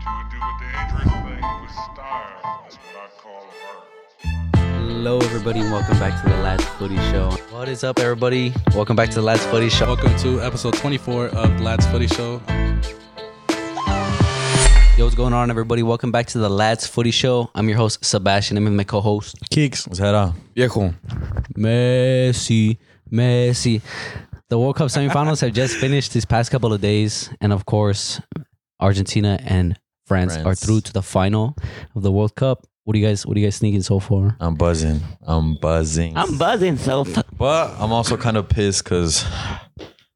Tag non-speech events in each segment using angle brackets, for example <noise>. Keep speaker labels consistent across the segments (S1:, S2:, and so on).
S1: you would do with the dangerous thing with style. That's what I call art.
S2: Hello, everybody, and welcome back to the Last Footy Show. What is up, everybody? Welcome back to the Last Footy Show.
S3: Welcome to episode 24 of Lads Footy Show.
S2: Yo, what's going on, everybody? Welcome back to the Lads Footy Show. I'm your host, Sebastian. I'm with my co host,
S3: Keeks. What's that on? Viejo.
S2: Messi. Messi. The World Cup semifinals have just finished these past couple of days. And of course, Argentina and France, are
S4: France.
S2: through to the final of the World Cup. What do you guys what do you guys thinking so far?
S4: I'm buzzing. I'm buzzing.
S2: I'm buzzing so far.
S4: but I'm also kind of pissed because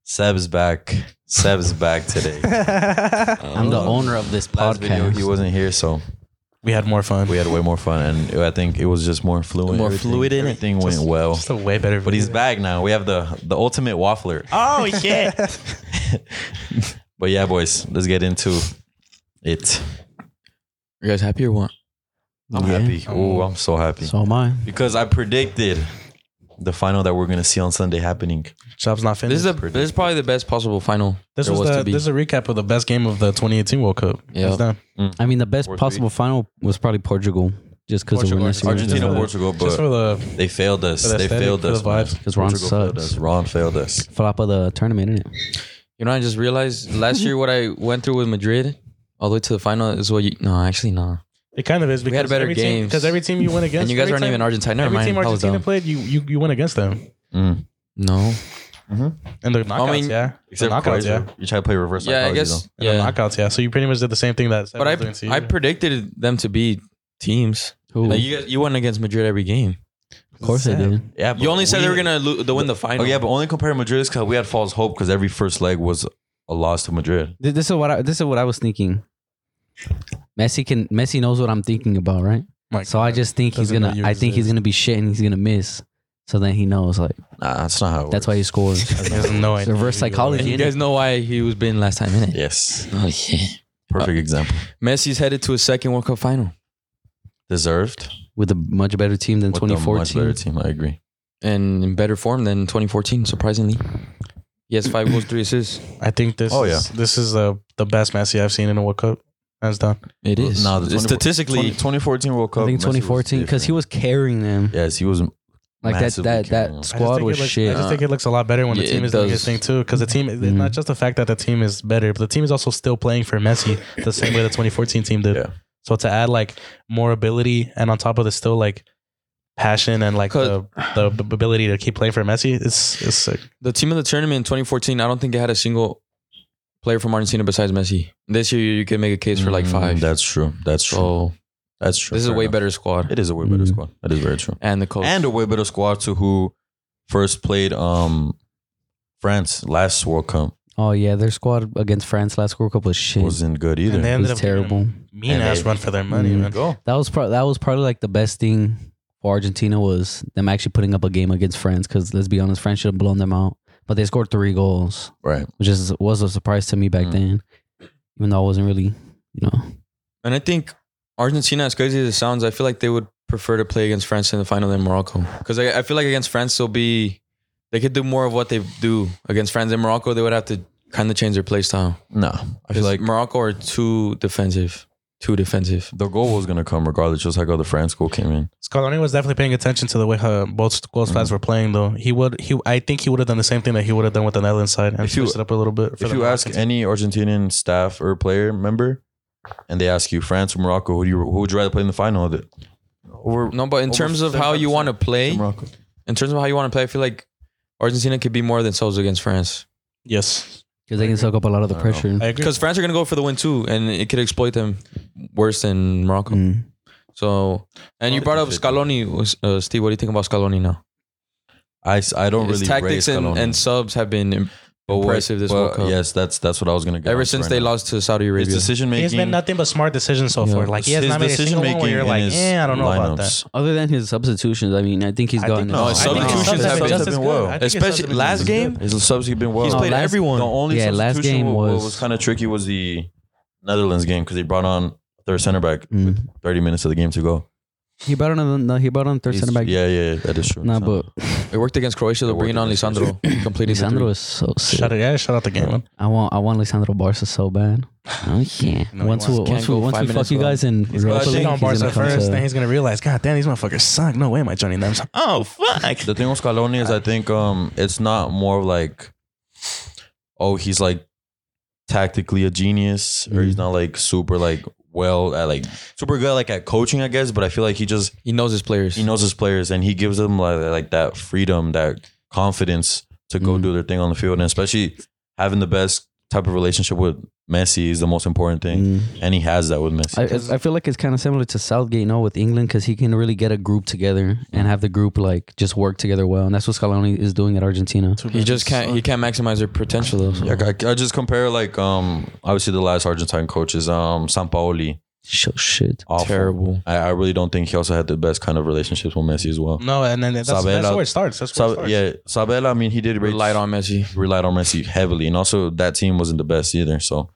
S4: Seb's back. Seb's back
S5: <laughs>
S4: today.
S2: I'm
S5: Oh.
S2: the owner of this
S4: Last video,
S2: podcast.
S4: he wasn't here, so
S3: We had more fun.
S4: we had way more fun, and I think it was just more fluid.
S5: More
S4: Everything-
S5: fluid in it.
S4: Everything went well.
S3: It's a way better.
S4: but he's back now. We have the the ultimate waffler.
S5: <laughs> Oh shit!
S4: <laughs> But yeah, boys, let's get into it.
S5: you guys happy or what?
S4: I'm
S2: Yeah.
S4: happy. Oh, I'm so happy
S2: so am I.
S4: because I predicted the final that we're gonna see on Sunday happening.
S3: Job's not
S5: This
S3: finished.
S5: is the this is probably the best possible final.
S3: This
S5: there
S3: was,
S5: was
S3: the,
S5: to be.
S3: this is a recap of the best game of the 2018 World Cup.
S5: Yeah.
S3: It's done.
S2: I mean, the best
S4: Fourth
S2: possible final was probably Portugal, just because of
S3: Portugal,
S2: Argentina.
S4: Argentina,
S3: Just for the-
S4: Portugal,
S3: Just for
S4: but
S3: the
S4: they failed us.
S3: for the
S4: They
S3: aesthetic,
S4: failed
S3: for the
S4: us. man.
S3: vibes.
S2: Because Ron
S4: Portugal failed
S2: sucks.
S4: us. Ron failed us.
S2: Flop of the tournament, isn't it?
S5: You know, I just realized last year what I went through with Madrid, all the way to the final is what you. No, actually, no.
S3: it kind of is because
S5: had better
S3: every team
S5: games.
S3: because every team you went against
S5: And you guys
S3: every
S5: aren't
S3: time-
S5: even Argentina. Never
S3: every
S5: mind.
S3: team
S5: I was
S3: Argentina
S5: dumb.
S3: played you you you went against them
S4: Mm.
S5: No.
S3: and the knockouts
S5: mean,
S3: yeah
S4: Except
S3: the
S4: for
S3: knockouts
S4: Croatia.
S3: yeah
S4: You try to play reverse.
S5: Yeah, I
S4: psychology,
S5: guess.
S4: though.
S3: and the
S5: Yeah,
S3: knockouts yeah so you pretty much did the same thing that
S5: but
S3: Sebastian was doing
S5: I
S3: to
S5: I
S3: you.
S5: predicted them to be teams. Like you guys, you went against Madrid every game.
S2: of course they
S3: Sad.
S2: did.
S4: Yeah,
S5: You
S4: but
S5: only said
S4: we-
S5: they were gonna lo- the win the final.
S4: Oh yeah, but only compare Madrid because we had false hope because every first leg was a loss to Madrid.
S2: Th- This is what I, this is what I was thinking. Messi can Messi knows what I'm thinking about, right?
S3: My
S2: So I
S3: God.
S2: just think he's
S3: Doesn't know
S2: gonna.
S3: you
S2: I think he's
S3: exist.
S2: gonna be shit and he's gonna miss. So then he knows, like
S4: Nah, that's not how. It
S2: that's why he scores.
S4: <laughs>
S3: He has no idea
S2: reverse
S3: who you
S2: psychology.
S3: are.
S5: and you guys know why he was been last time in
S4: works.
S5: it.
S4: Yes,
S5: Oh yeah.
S4: perfect example.
S5: Messi's headed to his second World Cup final,
S4: Deserved.
S2: with a much better team than
S4: With a Much better
S2: 2014.
S4: team. I agree.
S5: and in better form than 2014. Surprisingly, he has five goals, three assists.
S3: I think this
S4: Oh,
S3: is,
S4: yeah.
S3: this is uh, the best Messi I've seen in a World Cup hands down
S5: It is.
S4: No, the 24
S5: statistically,
S4: 20 2014 World Cup.
S2: I think
S4: Messi
S2: 2014 because he
S4: different.
S2: was carrying them.
S4: Yes, he was.
S2: like that
S4: massively
S2: that
S4: carrying them.
S2: that
S3: I just
S2: squad
S3: think
S2: was
S3: it looks,
S2: shit.
S3: I just think it looks a lot better when the
S5: Yeah,
S3: team
S5: it
S3: is doing
S5: does.
S3: its thing too because the team it's
S2: Mhm.
S3: not just the fact that the team is better but the team is also still playing for Messi the same way the 2014 team did
S4: Yeah.
S3: so to add like more ability and on top of this still like passion and like the, the b- ability to keep playing for Messi it's it's sick
S5: the team of the tournament in 2014, I don't think it had a single player from Argentina besides Messi. This year, you can make a case for like
S4: Mm,
S5: five.
S4: That's true. That's true.
S5: so
S4: that's true.
S5: this is a
S4: Fair
S5: way
S4: enough.
S5: better Oh. squad.
S4: It is a way better
S2: Mhm.
S4: squad. That is very true.
S5: And the coach.
S4: and a way better squad to who first played um France last World Cup
S2: oh yeah, their squad against France last World Cup was shit. Was,
S4: wasn't good either.
S3: and they ended up giving
S2: terrible.
S3: them mean
S4: And
S3: ass
S4: they-
S3: run for their money
S2: Mhm.
S3: man
S4: Mm-hmm. go.
S2: That was pro- that was probably like the best thing for Argentina was them actually putting up a game against France because let's be honest, France should have blown them out, but they scored three goals,
S4: Right.
S2: which is was a surprise to me back
S4: Mm.
S2: then, even though I wasn't really you know
S5: And I think Argentina, as crazy as it sounds, I feel like they would prefer to play against France in the final than Morocco. Because I, I feel like against France, they'll be they could do more of what they do against France and Morocco. They would have to kind of change their play style.
S4: No. I feel like
S5: Morocco are too defensive, too defensive.
S4: the goal was gonna come regardless, just like how the France goal came in.
S3: Scaloni was definitely paying attention to the way uh, both both sides were playing, though. He would he I think he would have done the same thing that he would have done with the Netherlands side and
S4: If you-
S3: switched it up a little bit. for
S4: If
S3: the
S4: you ask
S3: Moroccans.
S4: any Argentinian staff or player member and they ask you France or Morocco, who do you who would you rather play in the final? The- Over
S5: No, but in
S4: Over
S5: terms of how you
S4: 75%
S5: want to play,
S4: Morocco.
S5: in terms of how you want to play, I feel like Argentina could be more than souls against France
S3: yes,
S2: because they can soak up a lot of the
S4: I don't know.
S2: pressure.
S3: I agree.
S5: because France are going to go for the win too, and it could exploit them worse than Morocco.
S2: Mm.
S5: So, and you brought up Scaloni, uh, Steve. What do you think about Scaloni now?
S4: I, s- I don't
S5: His
S4: really
S5: tactics
S4: rate
S5: and,
S4: Scaloni.
S5: and subs have been im-
S4: But what-
S5: impressive this
S4: well,
S5: World Cup.
S4: Yes, that's that's what I was gonna get.
S5: Ever
S4: on
S5: since
S4: right
S5: they
S4: now.
S5: lost to Saudi
S4: his
S5: Arabia,
S4: decision making
S3: He's been nothing but smart decisions so
S5: Yeah.
S3: far. Like he has
S4: his
S3: not made a single one where you're
S4: and
S3: like,
S4: his
S3: eh, I don't know about that.
S4: lineups.
S2: Other than his substitutions, I mean, I think he's
S3: I
S2: gotten
S3: think-
S4: No,
S5: No,
S2: I
S5: his
S2: think
S3: I think his
S2: he's
S4: substitutions
S3: subs
S4: have been
S3: just
S4: been
S3: as good.
S4: well.
S3: I think his subs
S5: especially
S3: have been
S5: last
S3: just as
S5: game,
S3: good.
S4: His subs have been well.
S5: he's
S2: No,
S5: played
S2: last-
S5: everyone.
S4: The only
S2: Yeah, last
S4: substitution
S2: game
S4: wa- wa-
S2: was-
S4: was, kind of tricky was the Netherlands game because they brought on their center back with
S2: Mm.
S4: 30 minutes of the game to go.
S2: He brought on no, he brought on third
S4: He's-
S2: center back.
S4: Yeah, yeah, yeah, that is true.
S2: Nah,
S4: So-
S2: but
S5: it worked against Croatia. They're
S4: It worked
S5: bringing on
S4: against
S5: Lisandro, completing the
S2: Lisandro
S5: three.
S2: is so sick.
S3: Shout out, yeah, shout out the game. Man.
S2: I want I want Lisandro Barca so bad. Oh yeah.
S3: No, he
S2: once we
S3: wants-
S5: can't
S2: once we
S5: go
S2: once
S5: five
S2: we fuck
S5: minutes
S2: you
S5: without-
S2: guys in
S3: He's gonna
S2: Europa
S3: shit
S2: League,
S3: on
S2: he's gonna
S3: Barca
S2: come
S3: first, then
S2: to.
S3: he's gonna realize, God damn, these motherfuckers suck. No way am I joining them. Oh fuck.
S4: The thing with Scaloni is I think um it's not more of like oh he's like tactically a genius or
S3: Mm.
S4: he's not like super like well at like super good like at coaching I guess but I feel like he just
S5: He knows his players.
S4: he knows his players and he gives them like, like that freedom that confidence to go
S5: Mm-hmm.
S2: Mhm.
S4: do their thing on the field and especially having the best type of relationship with Messi is the most important thing
S2: Mm.
S5: Mm-hmm.
S4: and he has that with Messi.
S2: I, I- I feel like it's kind of similar to Southgate, no, with England, because he can really get a group together and have the group like just work together well, and that's what Scaloni is doing at Argentina.
S5: He just can't. He can't maximize their potential though. so.
S4: Yeah, I, I just compare like um obviously the last Argentine coaches um Sampaoli
S2: Sh- shit.
S4: awful.
S5: Terrible.
S4: I, I really don't think he also had the best kind of relationships with Messi as well.
S3: No, and then that's, that's
S4: Sabella-
S3: where it starts. That's where it
S4: Mm-hmm. Sab-
S3: starts.
S4: yeah, Sabella, I mean, he did rate-
S5: Relied on Messi.
S4: relied on Messi heavily, and also that team wasn't the best either. So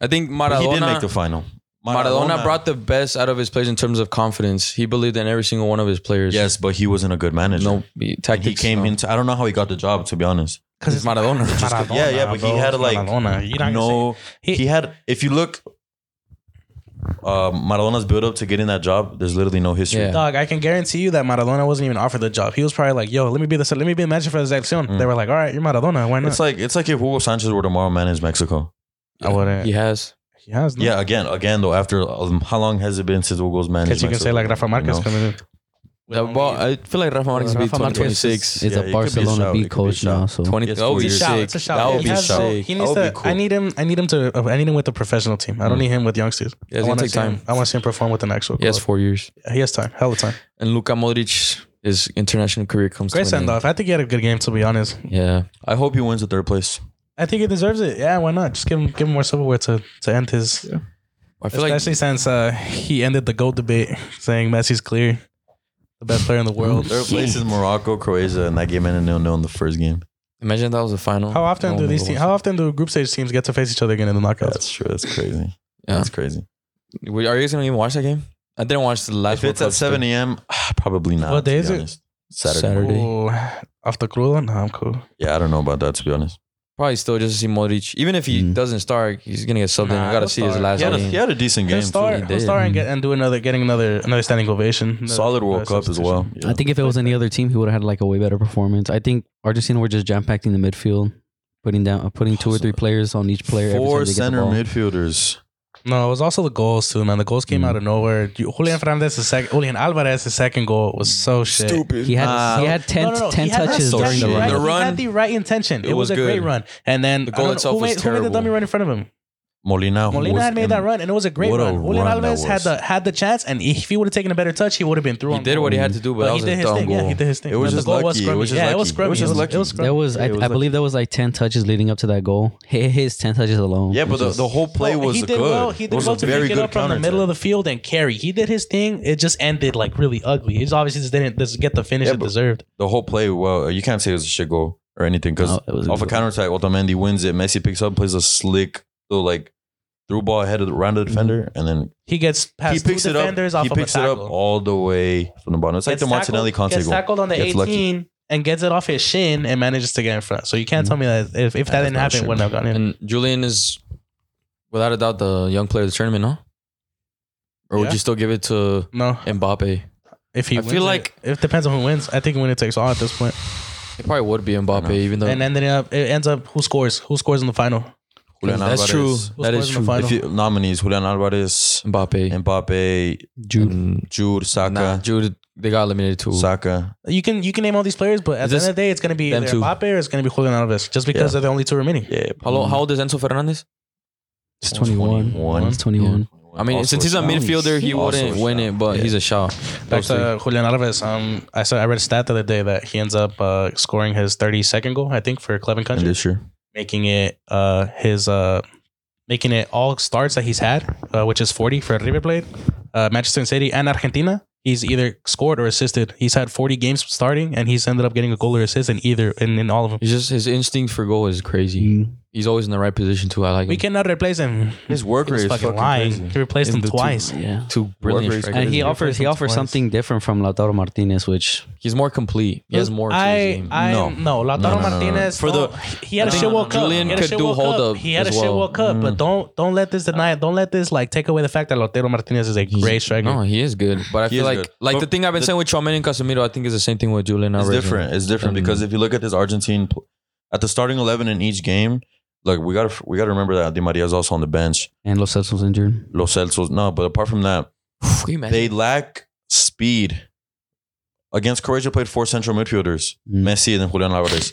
S5: I think
S4: But
S5: Maradona.
S4: he did make the final.
S5: Maradona, brought the best out of his players in terms of confidence. He believed in every single one of his players.
S4: yes, but he wasn't a good manager.
S5: No he-
S4: And
S5: tactics.
S4: he came
S5: no.
S4: into. I don't know how he got the job to be honest.
S5: because it's Maradona.
S3: Maradona,
S4: yeah, yeah, but he
S3: bro.
S4: had
S3: It's
S4: like
S3: Maradona. You're not gonna
S4: no.
S3: say-
S4: He, had. If you look, uh, Maradona's build up to getting that job. There's literally no history.
S5: Yeah.
S3: Dog, I can guarantee you that Maradona wasn't even offered the job. He was probably like, "Yo, let me be the se- let me be the manager for the selección." They were like, "All right, you're Maradona. Why not?"
S4: Mm. It's like it's like if Hugo Sanchez were tomorrow manage Mexico.
S3: I
S4: uh,
S3: wouldn't.
S5: He has.
S3: He has no.
S4: Yeah, again, again though. After um, how long has it been since Hugo's managed?
S3: because you can say like Rafa Marquez
S4: No.
S3: coming in.
S5: That ball, I feel like Rafa Marquez would be
S2: Rafa Marquez
S5: 26.
S2: is, is
S4: Yeah,
S2: a
S4: it could be a
S2: Barcelona
S4: shout.
S2: B
S4: It could be a
S2: coach now,
S4: shout.
S2: so
S5: 20,
S4: It's
S5: that would be
S4: weird.
S5: sick.
S3: Shout, it's a shout.
S5: That would
S3: He
S5: be
S3: has-
S4: no-
S5: sick.
S3: He needs
S4: That would
S3: to.
S4: be cool. Mm.
S3: I need him. I need him to. I need him with a professional team. I don't need him with youngsters.
S5: Yeah,
S3: I
S5: it's gonna
S3: want to
S5: take
S3: see him.
S5: time.
S3: I want to see him perform with an actual.
S5: He has
S3: club.
S5: four years.
S3: He has time. Hell of time.
S5: And Luka Modric, his international career comes
S3: Great
S5: to an
S3: send off. I think he had a good game. To be honest,
S5: end. Yeah.
S4: I hope he wins the third place.
S3: I think he deserves it. Yeah, why not? Just give him give him more silverware to to end his.
S5: I feel like
S3: Especially since uh, he ended the goal debate saying Messi's clear, the best player in the
S5: Oh,
S3: world.
S4: Third place is Morocco, Croatia, and that game ended nil nil in the first game.
S5: Imagine that was the final.
S3: How often
S5: No
S3: do
S5: one
S3: these
S5: would
S3: teams?
S5: watch
S3: How often do group stage teams get to face each other again in the knockouts?
S4: That's true. That's crazy.
S5: Yeah.
S4: That's crazy.
S5: it. Wait, Are you guys gonna even watch that game? I didn't watch the last.
S4: If it's
S5: World
S4: at
S5: Cup
S4: seven e-
S5: still.
S4: a.m., probably not.
S3: What
S4: to
S3: day
S4: be
S3: is it?
S4: honest. Saturday.
S5: Saturday.
S3: Ooh, off the cruel No, I'm cool.
S4: Yeah, I don't know about that to be honest.
S5: probably still just to see Modric. Even if he
S2: Mm.
S5: doesn't start, he's gonna get subbed. in.
S3: Nah,
S5: I gotta
S3: he'll
S5: see his
S3: start.
S5: last
S4: He had, a,
S5: game.
S4: he had a decent game.
S3: He'll
S4: too.
S3: start.
S5: did.
S3: He'll start and get and do another, getting another another standing ovation. Another-
S4: Solid World
S3: another
S4: Cup as well.
S3: substitution.
S4: Yeah.
S2: I think if it was any other team, he would have had like a way better performance. I think Argentina were just jam packing the midfield, putting down, putting two or three players on each player. every
S4: four
S2: time they get the
S4: center
S2: ball.
S4: midfielders.
S3: No, it was also the goals too, man. The goals came
S5: Hmm.
S2: Mm.
S3: out of nowhere. You- Julian Fernandez's second, Julian Alvarez's second goal was so shit.
S2: He had
S4: Uh,
S2: he had 10,
S3: No, no, no.
S2: 10
S3: He had
S2: touches
S4: so
S2: during the run.
S4: shit.
S3: Right,
S5: The
S3: He
S5: run-
S3: had the right intention. It,
S5: it
S3: was,
S5: was
S3: a great
S5: good.
S3: run. And then
S5: The
S3: I
S5: goal
S3: don't know-
S5: itself
S3: who
S5: was
S3: made, Who made the
S5: terrible.
S3: dummy run in front of him?
S4: Molina. who
S3: Molina
S4: was
S3: had
S4: in-
S3: made that run, and it was a great
S4: What a
S3: run. Julian
S4: run that
S3: Alvarez had
S4: was.
S3: the had the chance, and if he would have taken a better touch, he would have been through.
S5: He
S3: on
S5: did
S3: goal.
S5: what he had to do, but,
S3: But
S5: that
S3: he
S5: was
S3: did
S5: a
S3: his
S5: dumb
S3: thing.
S5: goal.
S3: Yeah, he did his thing.
S4: It was
S3: The
S4: just
S3: goal Was
S4: lucky. It
S3: scrummy.
S4: was just
S3: yeah, it was
S4: lucky. It
S3: scrummy.
S4: was
S3: It
S4: just
S3: was,
S4: lucky.
S3: it was
S2: There
S3: scrummy.
S2: was, I,
S4: It was
S2: I believe, there was like ten touches leading up to that goal. Hi- His ten touches alone.
S4: Yeah, but
S2: was
S4: the,
S2: just-
S4: the whole play
S3: Oh,
S4: was
S3: he did
S4: good.
S3: well. He
S4: It
S3: did
S4: was
S3: well
S4: a
S3: to
S4: very
S3: pick it
S4: good
S3: up from the
S4: counterattack.
S3: middle of the field and carry. He did his thing. It just ended like really ugly. He's obviously just didn't just get the finish
S4: Yeah,
S3: it
S4: but-
S3: deserved.
S4: the whole play. Well, you can't say it was a shit goal or anything because
S2: No, it was a
S4: off a
S2: good goal.
S4: counterattack, Otamendi wins it. Messi picks up, plays a slick little like through ball ahead of the round of the defender, and then
S3: He gets
S4: he
S3: past
S4: picks
S3: two
S4: it up.
S3: defenders off
S4: He
S3: of a
S4: picks it up
S3: tackle.
S4: all the way from the bottom. It's like
S3: Gets
S4: the
S3: tackled-
S4: Martinelli Conte
S3: Gets
S4: goal.
S3: tackled on the
S4: Gets
S3: 18
S4: lucky.
S3: and gets it off his shin and manages to get in front. So you can't
S2: Mhm.
S3: tell me that if, if that
S4: That's
S3: didn't
S4: not
S3: happen, it
S4: true.
S3: wouldn't have gone in.
S5: And Julian is, without a doubt, the young player of the tournament, no? Or would
S3: Yeah.
S5: you still give it to
S3: no,
S5: Mbappe?
S3: if he,
S5: I
S3: wins
S5: feel
S3: it.
S5: like-
S3: it depends on who wins. I think winner takes all at this point.
S5: It probably would be Mbappe, even though
S3: and ended up it ends up who scores who scores in the final
S4: Julian
S5: that's true.
S4: Alvarez.
S3: Who
S5: That
S3: scores
S5: is
S3: in
S5: true.
S3: the final?
S4: If you, nominees: Julian Alvarez,
S5: Mbappe,
S4: Mbappe,
S2: Jude.
S5: Mm,
S4: Jude, Saka,
S5: nah, Jude, they got eliminated too.
S4: Saka.
S3: you can you can name all these players but at
S5: Is
S3: the
S5: this
S3: end of the day it's going to be
S5: them
S3: either
S5: two?
S3: Mbappe or it's going to be Julian Alvarez just because they're
S4: Yeah.
S3: the only two remaining
S4: Yeah,
S5: How, lo- how old is Enzo Fernandez?
S2: It's twenty one. It's twenty one.
S5: I mean, since he's a
S2: shout.
S5: midfielder, he
S2: Also
S5: wouldn't
S4: a
S5: win
S4: shout.
S5: it, but
S4: Yeah.
S5: he's a shot.
S3: back to Julian Alvarez um I saw I read a stat the other day that he ends up uh, scoring his 32nd goal I think for Cleveland
S4: And
S3: Country
S4: this year,
S3: making it uh his uh making it all starts that he's had uh, which is 40 for River Plate uh, Manchester City and Argentina he's either scored or assisted he's had 40 games starting and he's ended up getting a goal or assist in either in, in all of them
S5: He's just his instinct for goal is crazy.
S2: Mm.
S5: He He's always in the right position too. I like
S3: We
S5: him.
S3: cannot replace him.
S4: His work
S3: He was
S4: rate is
S3: fucking
S4: fucking
S3: lying.
S4: crazy.
S3: He replaced
S4: In
S3: him
S4: the two-
S3: twice.
S2: Yeah.
S5: Too brilliant.
S4: rate's
S5: strikers.
S2: And he
S4: Replaced
S2: offers he
S3: him
S2: offers
S3: twice.
S2: something different from Lautaro Martinez, which
S5: He's more complete. He has more. To his
S3: I,
S5: game.
S3: I
S4: No.
S3: no, no, Lautaro
S4: No, no, no, no.
S3: Martinez.
S4: For
S3: For
S4: the-
S3: the he had a
S5: I think
S3: shit World Cup.
S5: Julian
S3: He had a
S5: could
S3: shit
S5: do
S3: World
S5: hold
S3: Cup.
S5: up
S3: He had a
S5: as
S3: shit
S5: well. Mm.
S3: World Cup, but don't don't let this deny. Don't let this like take away the fact that Lautaro Martinez is a great striker.
S5: no, he is good. But I
S4: He
S5: feel
S4: is
S5: like
S4: good.
S5: like
S4: But
S5: the thing I've been
S4: the-
S5: saying with Chomini and Casemiro, I think is the same thing with Julian.
S4: It's
S5: Alvarez.
S4: different. It's different because if you look at this Argentine pl- at the starting eleven in each game, like we gotta we gotta remember that Di Maria is also on the bench.
S2: and Los Celso's injured.
S4: Los Celsos, no, but apart from that,
S5: <sighs> Can you imagine?
S4: they lack speed. Against Croatia, played four central midfielders:
S2: Mm.
S4: Messi and Julian Alvarez.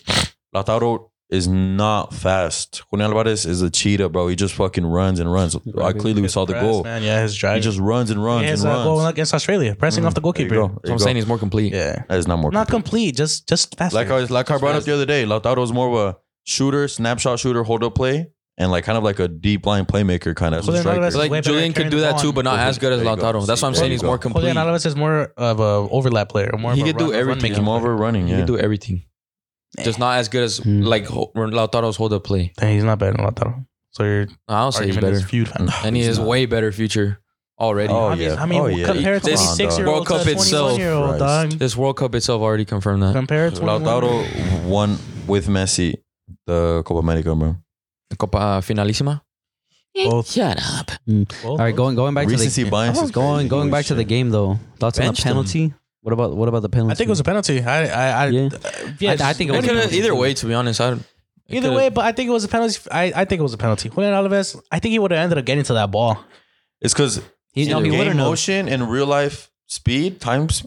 S4: Lautaro is not fast. Julian Alvarez is a cheetah, bro. He just fucking runs and runs. Uh, clearly, we
S3: His
S4: saw the
S3: press,
S4: goal.
S3: Man, yeah, his drive.
S4: He just runs and runs
S3: his
S4: and
S3: uh, goal
S4: runs.
S3: against Australia, pressing off the
S4: There you
S3: goalkeeper.
S4: go. There
S5: That's what
S4: you
S5: I'm
S4: go.
S5: saying he's more complete.
S3: Yeah,
S4: That is not more.
S3: not complete. Just just faster.
S4: like I was, like I brought up the other day, Lautaro is more of a shooter, snapshot shooter, hold up play, and like kind of like a deep line playmaker kind of
S3: Julian
S4: striker.
S3: Alvarez-
S5: But
S3: Way
S5: like
S3: better carrying
S5: Julian could do
S3: the
S5: that
S3: ball
S5: too,
S3: and-
S5: but not
S4: Okay.
S5: as good as
S4: There you go.
S5: Lautaro. That's
S4: See,
S5: what I'm
S4: there
S5: saying.
S4: you
S5: He's
S4: go.
S5: more
S3: Julian
S5: complete.
S3: Alvarez is more of a overlap player. More
S5: He
S3: of a
S5: could do
S3: run- run
S5: everything.
S3: making
S4: He's more of
S3: player.
S4: a running.
S5: He
S4: Yeah.
S5: could do everything. Just not as good as
S2: Hmm.
S5: like ho- Lautaro's hold up play.
S3: Dang, he's not better than Lautaro. So your
S5: I'll say he's
S3: argument
S5: better.
S3: is feud.
S5: And he has way better future already.
S4: Oh,
S3: I mean,
S4: yeah.
S3: I mean
S4: Oh, yeah.
S3: compare a
S5: This
S3: 26 year old
S5: World
S3: to a
S5: Cup itself.
S3: 21 year old, dog.
S4: Christ.
S5: This World Cup itself already confirmed that.
S3: Compare 21
S4: Lautaro won with Messi the Copa America, bro.
S5: Copa Finalissima.
S3: Both.
S5: Shut up.
S2: All right, going going back
S4: Recency
S2: to the
S4: bias is
S2: going
S4: crazy.
S2: going
S4: Holy
S2: back to the
S4: shit.
S2: game though. Thoughts on the
S5: Benched him.
S2: penalty? What about what about the penalty?
S3: I think it was a penalty. I, I, I
S2: Yeah.
S3: yes.
S2: I- I think it was a
S3: Either-
S2: penalty.
S5: Either way, to be honest, I don't- it
S3: Either
S5: could've-
S3: way, but I think it was a penalty. I, I think it was a penalty. Julian Alvarez, I think he would have ended up getting to that ball.
S4: It's because
S2: he, no, he
S4: game
S2: wouldn't know.
S4: motion and real life speed times,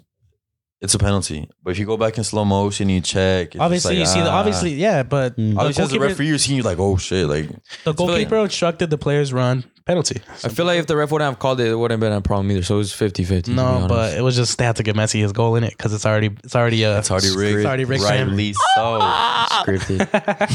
S4: it's a penalty. But if you go back in slow motion, you check. it's
S3: obviously,
S4: just
S3: you
S4: like,
S3: see, the,
S4: ah.
S3: obviously, yeah, but
S2: Mm.
S3: the,
S4: Obviously, as a
S3: goalkeeper,
S4: referee, you're seeing you like, oh shit, like
S3: the goalkeeper instructed the players run penalty.
S5: I feel like if the ref wouldn't have called it, it wouldn't have been a problem either. So it was 50 50.
S3: No, but it was just they had to get Messi his goal in it because it's already it's already uh,
S4: it's already rigged.
S3: It's already rigged. for him.
S4: Rightly so.
S5: scripted.
S2: <laughs>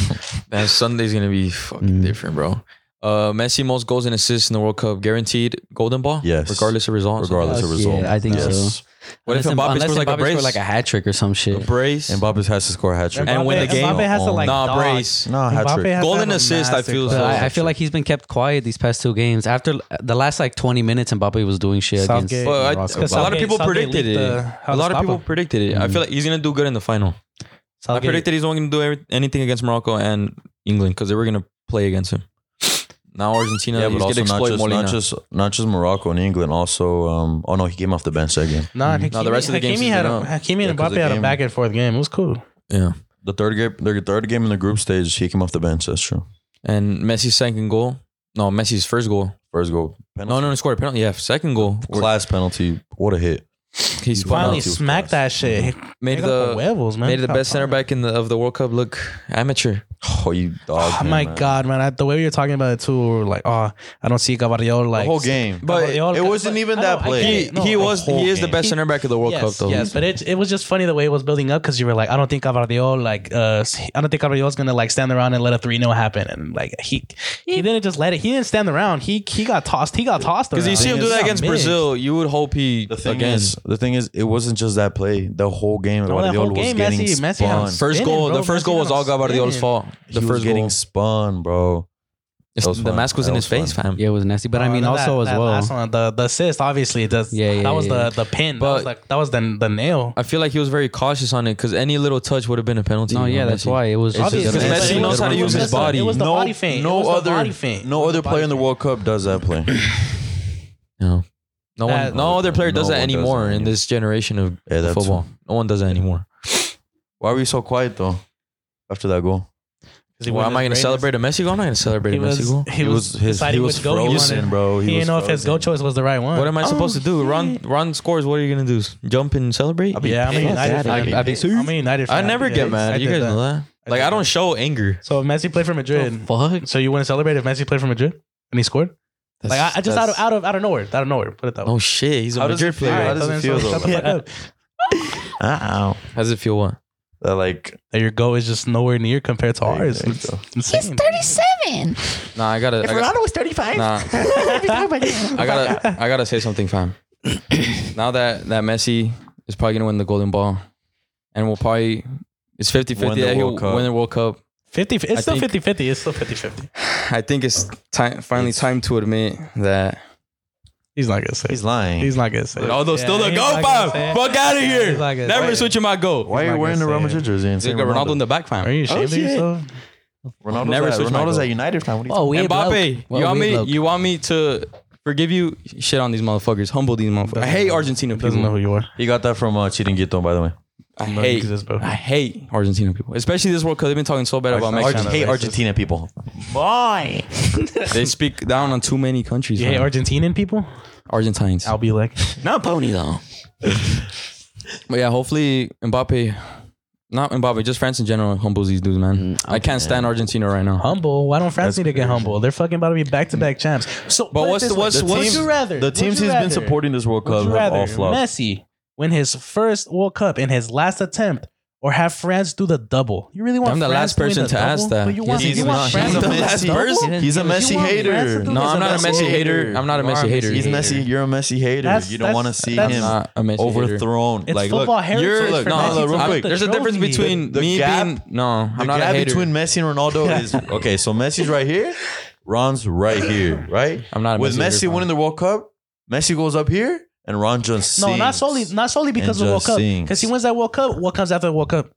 S5: Man, Sunday's gonna be fucking
S2: Mm.
S5: different, bro. Uh, Messi most goals and assists in the World Cup, guaranteed golden ball.
S4: Yes.
S5: regardless of result.
S4: Regardless
S2: Yeah,
S4: of result.
S2: I think so.
S5: What
S2: Unless
S5: if Mbappe
S2: unless
S5: scores like a
S2: Mbappe
S5: brace?
S2: scored like a hat trick or some shit?
S5: brace.
S4: And Mbappe has to score a hat trick.
S5: And win the
S3: Mbappe-
S5: game.
S3: Mbappe has to like
S5: Nah,
S3: dodge.
S5: brace.
S4: No, hat
S3: Mbappe
S4: trick.
S3: has to
S5: Goal
S3: have
S5: and
S3: a
S5: assist, I feel,
S3: masterclass.
S5: so-
S2: I, I feel like he's been kept quiet these past two games. After the last like twenty minutes, Mbappe was doing shit
S3: Southgate.
S2: against.
S5: But I-
S2: Morocco.
S5: a lot of
S3: Southgate-
S5: people
S3: Southgate
S5: predicted
S3: leaked
S5: it.
S3: the- how to
S5: a lot of
S3: stop
S5: people
S3: him.
S5: predicted it. I feel like he's gonna do good in the final. I
S3: Southgate-
S5: predicted he's not gonna do every- anything against Morocco and England because they were gonna play against him. Now Argentina,
S4: Yeah,
S5: he's
S4: but
S5: gonna
S4: also not
S5: exploit
S4: just,
S5: Molina.
S4: not just not just Morocco and England. Also, um, oh no, he came off the bench that game.
S3: Nah,
S5: Mm. No, the rest of the games
S3: Hakimi
S5: he's
S3: had a,
S5: been out.
S3: Hakimi and
S4: Yeah, 'cause
S3: Mbappe
S4: the
S3: had a
S4: game-
S3: back and forth game. It was cool.
S5: yeah,
S4: The third game, the third game in the group stage, he came off the bench. That's true.
S5: and Messi's second goal. No, Messi's first goal.
S4: First goal,
S5: No,
S4: penalty,
S5: no, no, scored a penalty. Yeah, second goal.
S4: class penalty. What a hit!
S5: He's Mm-hmm.
S3: Finally
S4: too
S3: smacked
S4: fast.
S3: that shit.
S5: made
S3: Pick up
S5: the
S3: huevos, man.
S5: made the
S3: How
S5: best center
S3: fun.
S5: back in the of the World Cup look amateur.
S4: Oh, you dog!
S3: Oh my
S4: man.
S3: god, man! I, the way you're talking about it too, we were like, oh, I don't see Gabriel
S4: The
S3: like
S4: whole game,
S5: But
S3: Gabriel-
S4: it wasn't
S3: but-
S4: even
S3: I
S4: that
S3: know, I
S4: play.
S3: get
S5: He,
S3: it. No,
S5: he
S3: I-
S5: was
S4: whole
S5: he is the
S4: game.
S5: best center back of the World
S3: yes,
S5: Cup though.
S3: Yes, but it, it was just funny the way it was building up because you were like, I don't think Gabriel like uh s- I don't think Gabriel's gonna like stand around and let a 3-0 happen and like he he didn't just let it. He didn't stand around. He he got tossed. He got tossed
S5: because you see him do that against Brazil, you would hope he
S4: The thing
S5: again.
S4: is, the thing is, it wasn't just that play. The whole game,
S3: No, that
S4: Guardiola
S3: whole
S4: was
S3: game,
S4: getting
S3: Messi- Messi had
S4: spun.
S3: him spun.
S5: First
S3: spinning,
S5: goal,
S3: bro.
S5: the first
S3: Messi
S5: goal was
S3: got
S5: all Gabriel's
S3: spinning.
S5: fault.
S4: he
S5: The
S4: was
S5: first
S4: getting
S5: goal,
S4: spun, bro. That was
S5: the
S4: fun.
S5: mask was
S4: That
S5: in
S4: was
S5: his face,
S4: fun.
S5: fam.
S2: yeah, it was nasty. But I
S3: Oh,
S2: mean,
S3: and then
S2: also
S3: that-
S2: as
S3: that
S2: well.
S3: last one, the the assist, obviously, that's,
S2: Yeah, yeah,
S3: that was
S2: yeah, yeah.
S3: the the pin. that
S5: But-
S3: was like that was the the nail.
S5: I feel like he was very cautious on it because any little touch would have been a penalty.
S2: No,
S5: on
S2: yeah, that's
S5: Messi.
S2: why it was.
S4: It's
S2: just
S4: just
S2: a
S4: Messi
S2: mess.
S5: knows how to
S2: It
S5: use
S2: was
S5: his
S2: just-
S5: body.
S3: It was the
S4: no,
S3: body feint.
S4: No
S3: it was
S4: other,
S3: the body feint.
S4: no
S3: It was
S4: other
S3: the body
S4: player in the
S3: feint.
S4: World Cup does
S3: <clears throat>
S4: that play.
S5: No, no one,
S3: That-
S5: no other player
S4: No
S5: does that
S4: one does
S5: anymore
S4: that.
S5: in this generation of
S4: Yeah, that's
S5: football. No one does that anymore.
S4: Why were you so quiet though? After that goal,
S3: 'Cause he
S5: Why
S3: won
S5: am I
S3: his
S5: going to
S3: greatest-
S5: celebrate a Messi goal? I'm not going to celebrate
S3: He
S5: a Messi goal.
S3: was he was his he was frozen,
S4: bro.
S3: He didn't know if his goal choice was the right one.
S5: What am I
S3: Oh,
S5: supposed to do? Ron,
S3: shit.
S5: Ron scores. What are you gonna do? Jump and celebrate?
S4: be
S3: Yeah, I'm a
S4: pissed.
S3: United
S4: I'd be
S3: fan.
S4: pissed.
S3: I'm a United
S5: I
S3: fan.
S5: never
S3: Yeah,
S5: get mad.
S3: I
S5: You
S3: did
S5: guys know that. Oh. Like I
S3: did
S5: don't
S3: that.
S5: show anger.
S3: So if Messi played for Madrid,
S5: Fuck.
S3: so you wouldn't celebrate if Messi played for Madrid and he scored? Like I, I just out of out of out of nowhere, out of nowhere, put it that way.
S5: Oh shit, he's a
S4: How does
S5: Madrid
S4: it feel?
S5: player.
S4: How does it feel, though?
S3: Yeah.
S4: Ow.
S5: How does it feel? What?
S4: That like
S3: That your goal is just nowhere near compared to ours.
S4: there you
S3: It's
S4: go.
S6: He's
S3: insane.
S6: 37.
S5: Nah, I gotta.
S6: If
S5: I gotta
S6: Ronaldo was 35, <laughs>
S5: nah,
S6: I'd be talking about this.
S5: I gotta.
S6: <laughs>
S5: I gotta say something,
S6: <coughs>
S5: fam. now that that Messi is probably gonna win the Golden Ball, and we'll probably it's 50-50
S4: Win the
S5: that he'll
S4: World Cup.
S5: win the World Cup.
S3: 50 it's
S5: I
S3: still
S5: think-
S3: 50 50 it's still 50 50
S5: I think it's time, finally time to admit that
S3: he's not gonna say
S4: He's lying.
S3: he's not gonna say it.
S5: although still
S3: Yeah,
S5: the
S3: he's
S5: goal
S3: not gonna
S5: five,
S3: say it.
S5: fuck out of
S3: Yeah,
S5: here.
S3: he's not gonna
S5: Never
S3: say it.
S5: switching my goal.
S4: Why are
S3: not
S4: you wearing the
S3: gonna
S4: Real
S3: say
S4: Madrid jersey? And
S5: They
S4: saying
S5: got Ronaldo in the back
S3: are
S5: fan.
S3: you ashamed
S4: Oh,
S3: of yourself
S4: Ronaldo's,
S5: Never
S4: at,
S5: switch my
S4: Ronaldo's
S5: goal.
S4: at United fan. What are you
S2: Oh, we ain't
S5: Mbappe,
S2: bloke. Well,
S5: you want
S2: we
S5: me?
S2: bloke.
S5: You want me to forgive you? Shit on these motherfuckers. Humble these motherfuckers. I hate Argentina
S3: doesn't know
S5: people.
S3: who you are
S4: He got that from uh, Chiringuito, by the way.
S5: I
S3: know you
S5: hate.
S3: exist, bro.
S5: I hate Argentina people, especially this World Cup. They've been talking so bad about
S4: Arg-
S5: Mexico.
S4: hate
S3: racist.
S4: Argentina people.
S5: They speak down on too many countries.
S3: you hate
S5: man.
S3: Argentinian people
S5: Argentines.
S3: I'll be like
S5: Not pony though. but yeah, hopefully Mbappe, not Mbappe, just France in general humbles these dudes, man. I can't stand Argentina right now.
S3: humble why don't France need to get humble they're fucking about to be back to back champs so
S5: But
S3: put it
S5: what's
S3: this
S5: the-
S3: way.
S5: what's-
S3: Would
S5: what's-
S3: you rather
S4: The
S3: would
S4: teams
S3: you
S4: he's been
S3: rather-
S4: supporting this World
S3: would
S4: Cup
S3: you
S4: have
S3: rather
S4: all flopped.
S3: Messi win his first World Cup in his last attempt or have France do the double you really want
S5: I'm the
S3: France
S5: last
S3: doing
S5: person
S3: the
S5: to ask
S3: double?
S5: that.
S3: But you want,
S4: He's
S3: you want
S4: not.
S3: France
S4: He's a
S3: to do the
S4: Messi.
S3: double?
S4: person? He's a Messi hater.
S5: No, I'm not a Messi hater. I'm not a
S2: You are
S5: Messi hater.
S4: He's Messi. You're a Messi hater.
S3: That's-
S4: you don't want to
S3: that's-
S4: see
S3: that's-
S4: him
S5: I'm not a Messi hater.
S4: overthrown.
S3: It's
S4: like,
S3: football
S4: look,
S3: heritage.
S5: You're
S4: look,
S3: for
S5: no,
S3: Messi
S4: no,
S5: look,
S3: to
S5: real
S3: win
S5: quick.
S3: the
S5: There's a difference
S3: trophy.
S5: between
S4: The- the
S5: me
S4: gap-
S5: being no.
S4: the
S5: I'm not a
S4: gap
S5: hater.
S4: between Messi and Ronaldo is okay. So Messi's right here, Ron's right here, right?
S5: I'm not a
S4: With
S5: Messi hater,
S4: Messi
S5: bro.
S4: winning the World Cup, Messi goes up here, and Ron just
S3: No, not
S4: sings.
S3: solely not solely because of
S4: And
S3: World
S4: just
S3: Cup.
S4: sings.
S3: Because he wins that World Cup. What comes after the World Cup?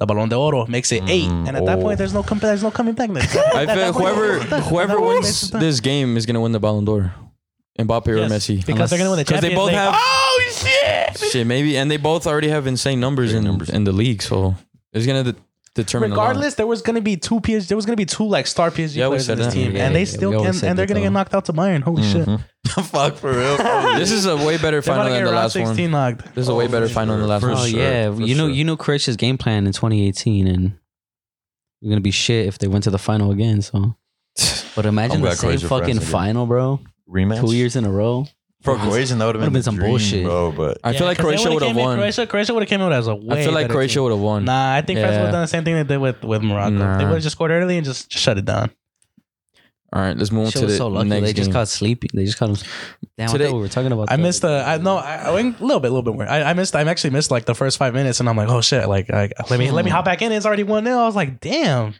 S3: The Ballon d'Oro makes it eight,
S4: Mm,
S3: and at that
S4: oh.
S3: point, there's no com- there's no coming back.
S5: <laughs> I feel
S3: <laughs>
S5: whoever whoever wins this game is gonna win the Ballon d'Or. Mbappe or Messi.
S3: because they're gonna win the
S5: Because
S3: Champions
S5: they both
S3: League.
S5: have
S3: Oh shit!
S5: shit, maybe, and they both already have insane numbers in in the league, so it's gonna de- determine. a lot.
S3: Regardless, there was gonna be two PSG. There was gonna be two like star PSG
S5: Yeah, we
S3: players in
S5: said
S3: this
S5: that.
S3: team,
S2: Yeah,
S3: and they
S2: yeah,
S3: still
S2: we always
S3: and,
S2: said
S3: and they're
S2: that,
S3: gonna get
S2: though.
S3: knocked out to Bayern. Holy
S5: Mm-hmm.
S3: shit!
S4: Mm-hmm. <laughs> Fuck for real.
S5: <laughs> this is a way
S3: <laughs> They're
S5: better
S3: about
S5: final
S3: to
S5: than
S3: get
S5: the
S3: round
S5: last
S3: 16
S5: one.
S3: knocked.
S5: This is a way better final than the last
S4: For
S5: one.
S2: Oh
S4: sure,
S2: yeah,
S4: for
S2: you know
S4: sure.
S2: you know Chris's game plan in 2018, and we're gonna be shit if they went to the final again. So, but imagine
S4: I'm
S2: the
S4: glad
S2: same
S4: Croatia, France
S2: fucking
S4: again.
S2: final, bro.
S4: Rematch
S2: Two years in a row.
S4: for Croatian. That would have been,
S2: been
S4: some
S2: some bullshit.
S4: bullshit, bro. But
S5: I feel like Croatia would have won.
S3: Croatia, Croatia would have came out as a way.
S5: I feel like
S3: better
S5: Croatia
S3: team.
S5: would have won.
S3: Nah, I think France
S5: Yeah.
S3: would have done the same thing they did with with Morocco.
S5: Nah.
S3: They would have just scored early and just, just shut it down.
S5: All right, let's move on
S2: Shit
S5: to
S2: was
S5: the
S2: so lucky.
S5: next
S2: They just
S5: game.
S2: caught sleepy. They just caught him. Damn, I
S5: Today-
S2: thought we were talking about.
S3: I
S2: the-
S3: missed the. I no. I, I went a little bit, a little bit more. I, I missed. I'm actually missed like the first five minutes, and I'm like, oh shit! Like, I, let me
S5: Hmm.
S3: let me hop back in. It's already one 0 I was like, damn.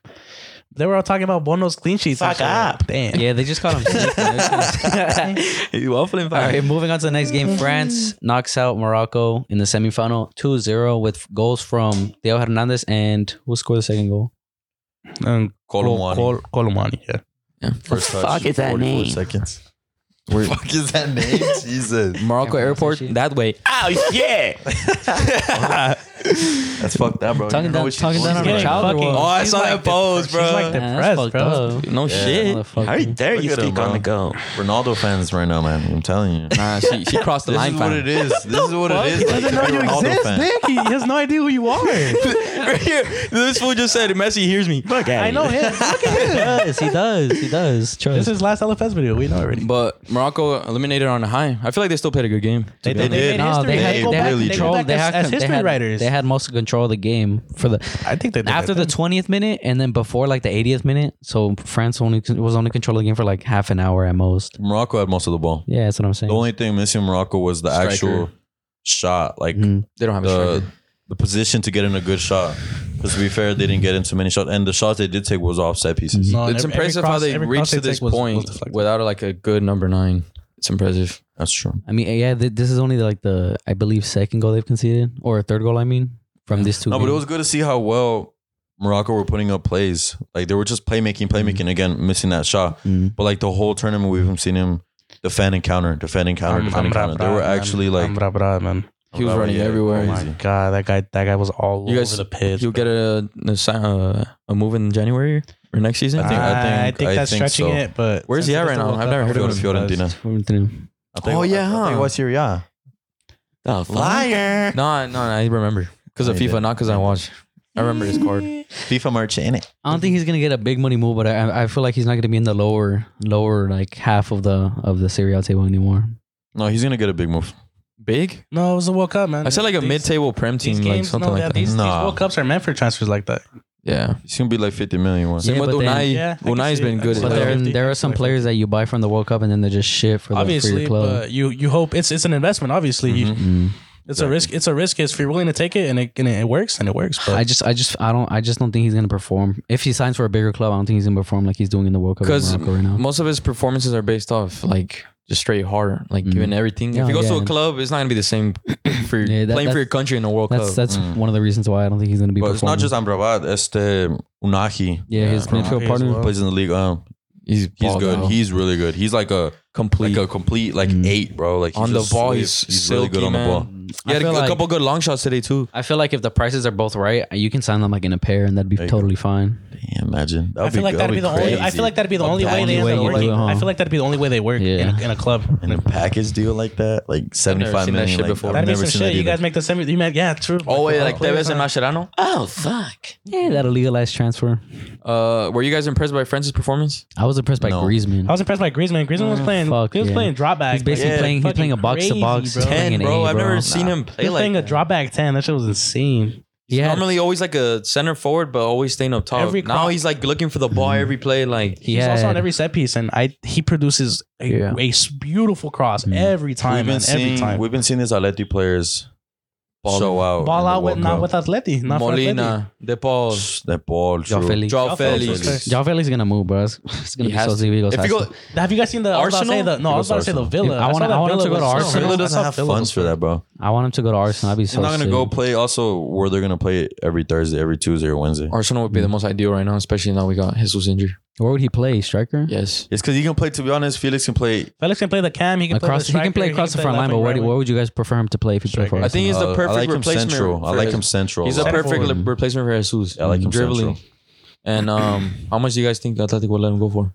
S3: They were all talking about Bono's clean sheets. Fuck up, damn.
S2: Yeah, they just <laughs> caught him. sleeping.
S5: you waffling
S2: All right, moving on to the next game. France knocks out Morocco in the semifinal 2-0 with goals from Theo Hernandez and who scored the second goal?
S3: Um,
S4: Colomani.
S3: Col- Col- Colomani, yeah.
S4: first touch.
S6: fuck is that
S4: 44
S6: name?
S4: Seconds.
S5: We're-
S4: Fuck is that name? Jesus,
S5: Morocco
S2: Yeah,
S5: Airport
S2: shit.
S5: that way.
S3: Oh yeah.
S4: that's fucked up, bro.
S2: Talking
S4: You don't know
S2: down-
S4: what she's
S2: talking down
S4: doing
S2: on her
S4: right
S2: child
S4: now.
S2: or what?
S5: Oh, I saw that pose, bro.
S3: She's
S2: Man,
S3: like
S2: that's
S3: depressed,
S2: fucked
S3: bro.
S2: up.
S5: No shit.
S2: Motherfucker.
S4: dare you speak on the go? Ronaldo fans right now, man. I'm telling you.
S5: Nah,
S3: <laughs>
S5: she, she crossed the
S4: This
S5: line.
S4: is what
S5: fam.
S4: it is. This is what it is. He
S3: Doesn't know you exist, Nick. He has no idea who you are.
S5: <laughs> <laughs> right here, this fool just said Messi hears me.
S3: I know him. Look at
S2: he
S3: him.
S2: does. He does. He does. Trust.
S3: This is last LFS video. We know already.
S5: But Morocco eliminated on a high. I feel like they still played a good game.
S3: They,
S4: did. They
S2: no, they
S4: They
S2: had,
S4: go
S2: they
S4: back-
S2: had
S4: really
S2: control.
S4: did.
S2: They had,
S3: as
S2: they
S3: history
S2: had,
S3: writers.
S2: They had most of control of the game for the
S3: I think they did
S2: after the twentieth minute and then before like the eightieth minute. So France only was only control of the game for like half an hour at most.
S4: Morocco had most of the ball.
S2: Yeah, that's what I'm saying.
S4: The only thing missing Morocco was the
S5: Striker.
S4: actual shot, like
S2: Mhm.
S5: They don't have a
S4: the
S5: striker.
S4: the position to get in a good shot. Because to be fair, they didn't get into many shots, and the shots they did take was off set pieces.
S3: No, and
S5: It's
S3: every-
S5: impressive
S3: every
S5: how
S3: cross-
S5: they
S3: every cross
S5: reached to
S3: they
S5: this
S3: take was- was
S5: point
S3: deflected.
S5: without like a good number nine. It's impressive.
S4: That's true.
S2: I mean, yeah, th- this is only like the I believe second goal they've conceded or third goal. I mean, from these two.
S4: No, but it
S2: games.
S4: was good to see how well Morocco were putting up plays. Like they were just playmaking,
S5: Mm-hmm.
S4: playmaking again, missing that shot.
S2: Mhm.
S4: But like the whole tournament, we've seen him defend and counter, defend and counter, defend and counter. They were actually like
S3: I'm rah, rah, man.
S5: He was running
S4: Yeah,
S5: everywhere.
S3: Oh my
S4: crazy.
S3: god, that guy, that guy was all
S5: You
S3: over
S5: guys-
S3: the pitch.
S5: You'll
S3: bro.
S5: get a a, si- uh, a move in January or next season.
S4: I think- I
S3: Ah,
S4: think- I
S3: that's
S4: think
S3: stretching
S4: so.
S3: it, but
S5: Where's he
S3: since
S5: at
S3: it's
S5: right
S3: the
S5: now?
S3: World
S5: I've
S3: Cup,
S5: never
S3: I
S5: heard of
S3: feel
S4: him.
S3: like it's-
S4: Fiorentina. I think-
S5: Oh, yeah,
S4: I, I
S5: huh?
S4: think what's your yeah?
S5: Oh, fuck. No, no, I remember because of
S4: No, you
S5: FIFA,
S4: didn't.
S5: not because I watched. I remember his card.
S4: FIFA merch in it.
S2: I don't think he's gonna get a big money move, but I, I feel like he's not gonna be in the lower lower like half of the of the Serie A table anymore.
S4: No, he's gonna get a big move.
S5: Big?
S3: No, it was a World Cup, man.
S5: I said like a
S3: These-
S5: mid-table prem
S3: these
S5: team, like
S3: games,
S5: something
S3: no,
S5: like
S3: yeah,
S5: that.
S3: These, these
S4: Nah.
S3: World Cups are meant for transfers like that.
S5: Yeah.
S4: He's gonna be like fifty million once.
S2: Yeah,
S5: Same with
S2: but then-
S5: Unai.
S3: Yeah, I can
S5: Unai's
S3: see
S5: been
S3: it. But
S5: good. as
S2: But
S3: like
S5: hell.
S2: there,
S3: 50,
S2: there are
S3: it's
S2: some
S3: like
S2: players that you buy from the World Cup and then they're just shit for the, for
S3: obviously,
S2: your club.
S3: but you you hope it's it's an investment. Obviously, You-
S2: Mm.
S3: It's a risk. It's a risk. If you're willing to take it and it and it works, and it works. But
S2: I just, I just, I don't, I just don't think he's gonna perform. If he signs for a bigger club, I don't think he's gonna perform like he's doing in the World Cup in
S5: 'Cause
S2: Morocco right now.
S5: Most of his performances are based off like just straight heart, like
S2: Mhm.
S5: giving everything.
S2: Yeah,
S5: if he goes to
S2: yeah.
S5: a club, it's not gonna be the same <coughs> for
S2: Yeah, that-
S5: playing for
S2: that's-
S5: your country in a World
S2: That's
S5: Cup.
S2: that's
S4: Mm.
S2: one of the reasons why I don't think he's gonna be.
S4: But it's
S2: performing.
S4: not just Amrabat. It's the Unahi.
S2: yeah, his
S3: Yeah,
S2: midfield
S3: Mbappe as
S2: partner.
S3: well.
S4: Plays in the league. Um,
S5: he's
S4: he's
S5: balled
S4: good.
S5: out.
S4: He's really good. He's like a
S5: complete.
S4: like a complete like
S2: Mm.
S4: eight, bro. Like he's
S5: On the
S4: just
S5: ball,
S4: swift.
S5: he's
S4: really good
S5: silky,
S4: on the
S5: man.
S4: ball.
S5: he
S2: I
S5: had a,
S2: feel
S5: a
S2: like-
S5: couple good long shots today too.
S2: I feel like if the prices are both right, you can sign them like in a pair, and that'd be
S4: There you go.
S2: totally fine.
S4: Yeah, imagine. That'd
S3: I feel like that'd be the only. I feel like that'd be the only way
S2: only
S3: they end
S2: way
S3: up
S2: you do
S3: working.
S2: it, huh?
S3: I feel like that'd be the only way they work in,
S2: Yeah.
S3: a, in a club.
S4: in a package deal like that, like seventy five
S5: seen that
S4: million.
S5: shit
S4: like,
S5: before.
S4: I've
S3: That'd be
S4: never
S3: some
S4: seen that
S3: shit. You
S4: either.
S3: guys make the same. You make yeah, true.
S5: Oh wait, like
S3: the
S5: Tevez and
S3: players,
S5: Mascherano.
S6: Oh, fuck.
S2: Yeah, that legalized transfer.
S5: Uh, were you guys impressed by France's performance?
S2: I was impressed by
S4: No.
S2: Griezmann.
S3: I was impressed by Griezmann. Griezmann was playing.
S2: Oh, fuck,
S3: he was
S2: yeah.
S3: playing drop back.
S2: He's basically
S4: Yeah.
S2: playing. He's
S3: Fucking
S2: playing a box to
S3: crazy,
S2: box.
S3: bro.
S2: He's playing
S5: Ten,
S2: an
S5: bro.
S2: A,
S5: I've never
S2: Nah.
S5: seen him
S3: He
S5: play
S3: was playing
S5: like
S3: a
S5: that.
S3: drop back ten. That shit was insane.
S2: He had,
S5: Normally, always like a center forward, but always staying up top.
S3: Every
S5: now
S3: cro-
S5: he's like looking for the ball
S2: Mm-hmm.
S5: every play. Like
S2: he
S3: He's
S2: had
S3: also on every set piece, and I he produces a,
S2: Yeah.
S3: a s- beautiful cross
S2: Mhm.
S3: every time.
S4: We've been
S3: man, every
S4: seeing
S3: time.
S4: we've been seeing these Atleti players
S5: Ball
S4: show out.
S3: Ball out with not
S4: without
S3: with Atleti, not
S5: Molina, De Paul,
S4: That ball,
S2: Joao
S4: true.
S2: Felix.
S5: Joao
S3: Joao Felix.
S5: Felix.
S2: Joao Felix is gonna move, bro. <laughs> It's, it's gonna
S5: He
S2: be
S5: has
S2: so Zivigo's.
S5: If you go,
S3: for Atleti. Have you guys seen the? I was about to say
S5: Arsenal?
S3: the. No, I was about to say the Villa.
S2: If- I
S3: saw
S2: wanna-
S3: that
S2: I want him
S3: Villa
S2: to go to
S3: was-
S2: Arsenal.
S4: Villa
S3: I
S4: doesn't
S3: saw
S4: have
S3: Villa
S4: funds
S3: was-
S4: for that, bro.
S2: I want him to go to Arsenal. I'd be so.
S4: He's not gonna
S2: sick.
S4: go play. Also, where they're gonna play every Thursday, every Tuesday, or Wednesday.
S5: Arsenal would be the most ideal right now, especially now we got Jesus injury.
S2: Where would he play? Striker.
S5: Yes,
S4: It's because he can play. To be honest, Felix can play.
S3: Felix can play the cam. He can
S2: Across,
S3: play the
S2: he can play
S3: striker,
S2: across the
S3: can
S2: front
S3: play
S2: line,
S3: left
S2: but
S3: wing,
S2: where,
S3: right
S2: do-
S3: wing.
S2: where would you guys prefer him to play if he played for
S3: Striker.
S2: Arsenal?
S5: I think he's the
S4: Uh,
S5: perfect
S4: I like him
S5: replacement.
S4: central. I
S5: for
S4: like him
S5: Jesus.
S4: central.
S5: He's a
S4: Like,
S3: Central
S5: perfect
S3: forward.
S5: replacement for Jesus. Mm-hmm.
S4: I like him
S5: dribbling.
S4: central.
S5: And um, how much do you guys think Athletic will let him go for?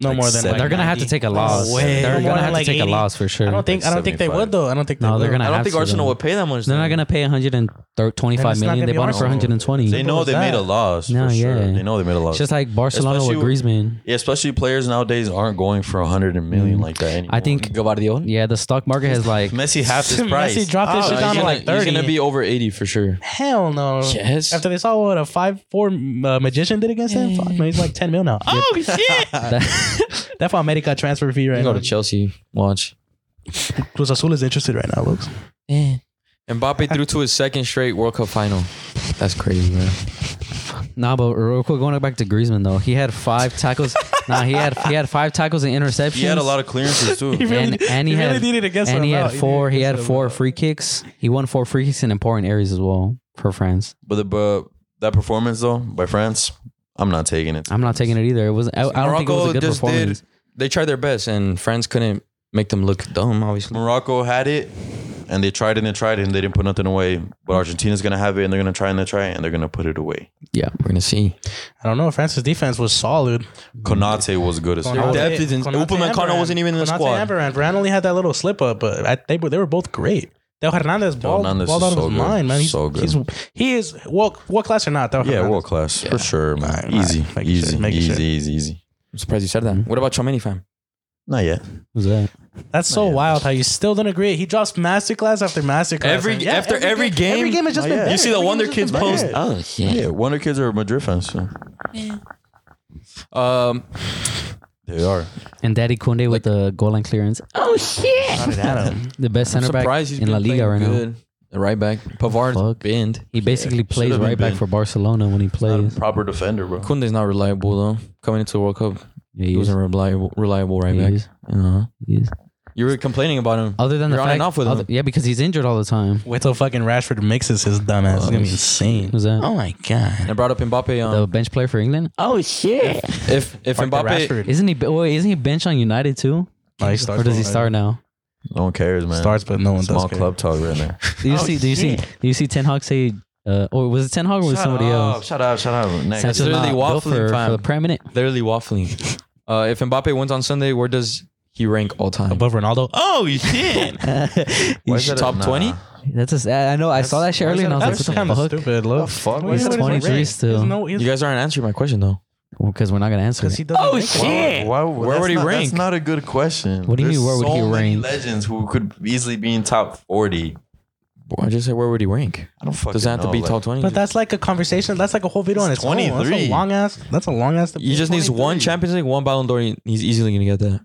S3: no
S4: like
S3: more than
S4: seven.
S3: like
S2: they're gonna have to
S3: 90.
S2: take a loss. They're
S3: way. No more
S2: gonna
S3: than
S2: have
S3: like
S2: to take a
S3: 80.
S2: loss for sure.
S3: I don't think. I don't think they
S4: 75.
S3: would though. I don't think they.
S2: No, they're
S3: will.
S2: gonna-
S5: I don't
S2: have
S5: think
S2: to,
S5: Arsenal
S2: though.
S5: would pay that much.
S2: They're not gonna pay 125
S3: Then it's not
S2: million.
S3: gonna
S2: They
S3: be
S2: bought him for
S3: Arsenal.
S2: 120.
S4: They know
S3: was
S4: they made
S3: that?
S4: a loss.
S2: No,
S4: for sure.
S2: yeah.
S4: they know they made a loss.
S2: It's just like Barcelona
S4: Especially
S2: with Griezmann.
S4: yeah, especially players nowadays aren't going for a hundred and million
S2: Mm.
S4: like that anymore.
S2: I think.
S5: Guardiola.
S2: Yeah, the stock market has like.
S4: Messi half his
S3: <laughs>
S4: price.
S3: Messi dropped this
S5: Uh,
S3: shit
S5: he's,
S3: down to
S5: gonna,
S3: like
S5: he's
S3: thirty.
S5: gonna be over eighty for sure.
S3: hell no.
S5: Yes.
S3: After they saw what a five four uh, magician did against him, fuck man, he's like ten mil now. Oh shit! That's why America transfer fee
S5: You
S3: right
S5: go
S3: now.
S5: to Chelsea. Watch.
S3: Cruz Azul is interested right now, looks.
S5: Mbappe threw to his second straight World Cup final. That's crazy, man.
S2: <laughs> Nah, but real quick, going back to Griezmann though, he had five
S5: <laughs>
S2: tackles. nah, he had he had five tackles and interceptions.
S4: he had a lot of clearances too.
S3: He really,
S2: And- and he
S3: he really
S2: had-
S3: needed to guess
S2: and
S3: him
S2: he
S3: out.
S2: had four.
S3: needed
S2: He
S3: to
S2: had
S3: guess him
S2: four
S3: out.
S2: free kicks. He won four free kicks in important areas as well for France.
S4: But the but that performance though by France, I'm not taking it.
S2: I'm not taking it either. It was. I, I don't think it was a
S5: Morocco
S2: good
S5: just
S2: performance.
S5: did. They tried their best, and France couldn't make them look dumb. Obviously,
S4: Morocco had it, and they tried and they tried and they didn't put nothing away. But Argentina's gonna have it, and they're gonna try and they try it, and they're gonna put it away.
S5: we're gonna see.
S3: I don't know. France's defense was solid.
S4: Konate was good as
S5: Their
S4: fuck.
S3: Konate-
S5: depth is in-
S3: Konate
S5: Upamecano
S3: and
S5: wasn't even in the
S3: Konate
S5: squad.
S3: and Varane. Varane only had that little slip up, but I, they, were- they were both great. Del Hernandez balled,
S4: Hernandez
S3: balled out
S4: is
S3: of
S4: so
S3: his
S4: good.
S3: mind, man. He's,
S4: So good.
S3: He's, he is world, world class or not, Del
S4: Yeah,
S3: Hernandez.
S4: world class for sure, man.
S3: Alright,
S4: easy,
S3: alright. Make it
S4: easy,
S3: shit, make it
S4: easy,
S3: shit.
S4: easy, easy.
S5: I'm surprised you said that.
S2: Mm-hmm.
S5: What about Chomini, fam?
S4: Not yet.
S2: Who's that?
S3: That's so wild how you still don't agree. He drops masterclass after masterclass.
S5: Every-
S3: And
S5: after every game-
S3: every game has just
S4: Oh,
S3: been.
S4: yeah.
S3: better.
S4: You
S5: see the
S3: Every
S5: Wonder
S3: game's just
S5: Kids
S3: been
S5: post?
S3: better.
S5: Oh
S4: Yeah, Wonder Kids are Madrid fans. So
S5: Um,
S4: they are.
S2: And Daddy Kunde with the goal line clearance.
S6: Oh, shit.
S5: <laughs>
S2: The best
S5: I'm
S2: center back
S5: surprised he's
S2: in La Liga right now.
S5: The right back, Pavard,
S2: Fuck.
S5: bend.
S2: He basically plays
S4: should've been
S2: right back
S4: Ben.
S2: for Barcelona when he
S4: Not a
S2: plays.
S4: proper defender, bro.
S5: Kunde's not reliable though. Coming into the World Cup,
S2: Yeah,
S5: he
S2: he is.
S5: wasn't reliable. Reliable right
S2: He
S5: back.
S2: is.
S5: Uh-huh.
S2: He is.
S5: You were complaining about him.
S2: Other than
S5: You're
S2: the
S5: on
S2: fact,
S5: and off with
S2: other-
S5: him.
S2: yeah, because he's injured all the time.
S3: Wait till fucking Rashford mixes his dumb ass. It's gonna be insane.
S2: Who's that?
S3: Oh my god.
S5: I brought up Mbappe.
S2: The
S5: Um,
S2: bench player for England?
S6: Oh, shit.
S5: if if
S3: Fucking
S5: Mbappe,
S3: Rashford.
S2: Isn't he? Well, isn't he bench on United too?
S3: Oh, he
S2: Or
S3: starts
S2: does he
S3: for
S2: start now?
S4: No one cares, man.
S3: Starts, but no one
S4: Small
S3: does. care.
S4: club talk right there.
S2: Do you
S6: Oh,
S2: see? Do you see?
S6: shit.
S2: Do you see Ten Hag say? Uh, or was it Ten Hag or was it somebody else?
S4: Shut up! Shut up!
S2: Sanchez
S4: Next.
S5: Literally
S2: not built
S5: waffling,
S2: for, for
S5: fam.
S2: the prime <laughs> minute.
S5: literally waffling. Uh, if Mbappe wins on Sunday, where does he rank all time?
S3: Above Ronaldo. Oh shit.
S4: Why is that a-
S5: top
S4: nah.
S5: 20?
S2: That's just, I I know. I saw that shit earlier and I was
S3: <laughs> That's
S2: like,
S3: kind
S2: what
S3: of
S2: the fuck?
S3: stupid. Look.
S4: The fuck?
S3: Why
S4: He's
S3: is it
S2: 23
S3: ranked?
S2: still.
S3: He's no- he's-
S5: You guys aren't answering my question though.
S2: Because we're not gonna answer.
S3: 'cause
S2: It.
S3: he doesn't
S6: Oh,
S3: rank him.
S6: shit.
S4: Why,
S5: that's
S4: would he
S5: not-
S4: rank?
S5: that's
S4: not a good question.
S2: What do you mean, where would he rank?
S4: legends who could easily be in top forty.
S5: I just said where would he rank?
S4: I don't fucking.
S5: Does that have to
S4: know,
S5: be
S4: like-
S5: top twenty?
S3: But that's like a conversation. That's like a whole video on its
S4: It's
S3: own. That's a
S4: 23.
S3: long ass. That's a long ass.
S5: he just needs one Champions League, one Ballon d'Or. He's easily gonna get that.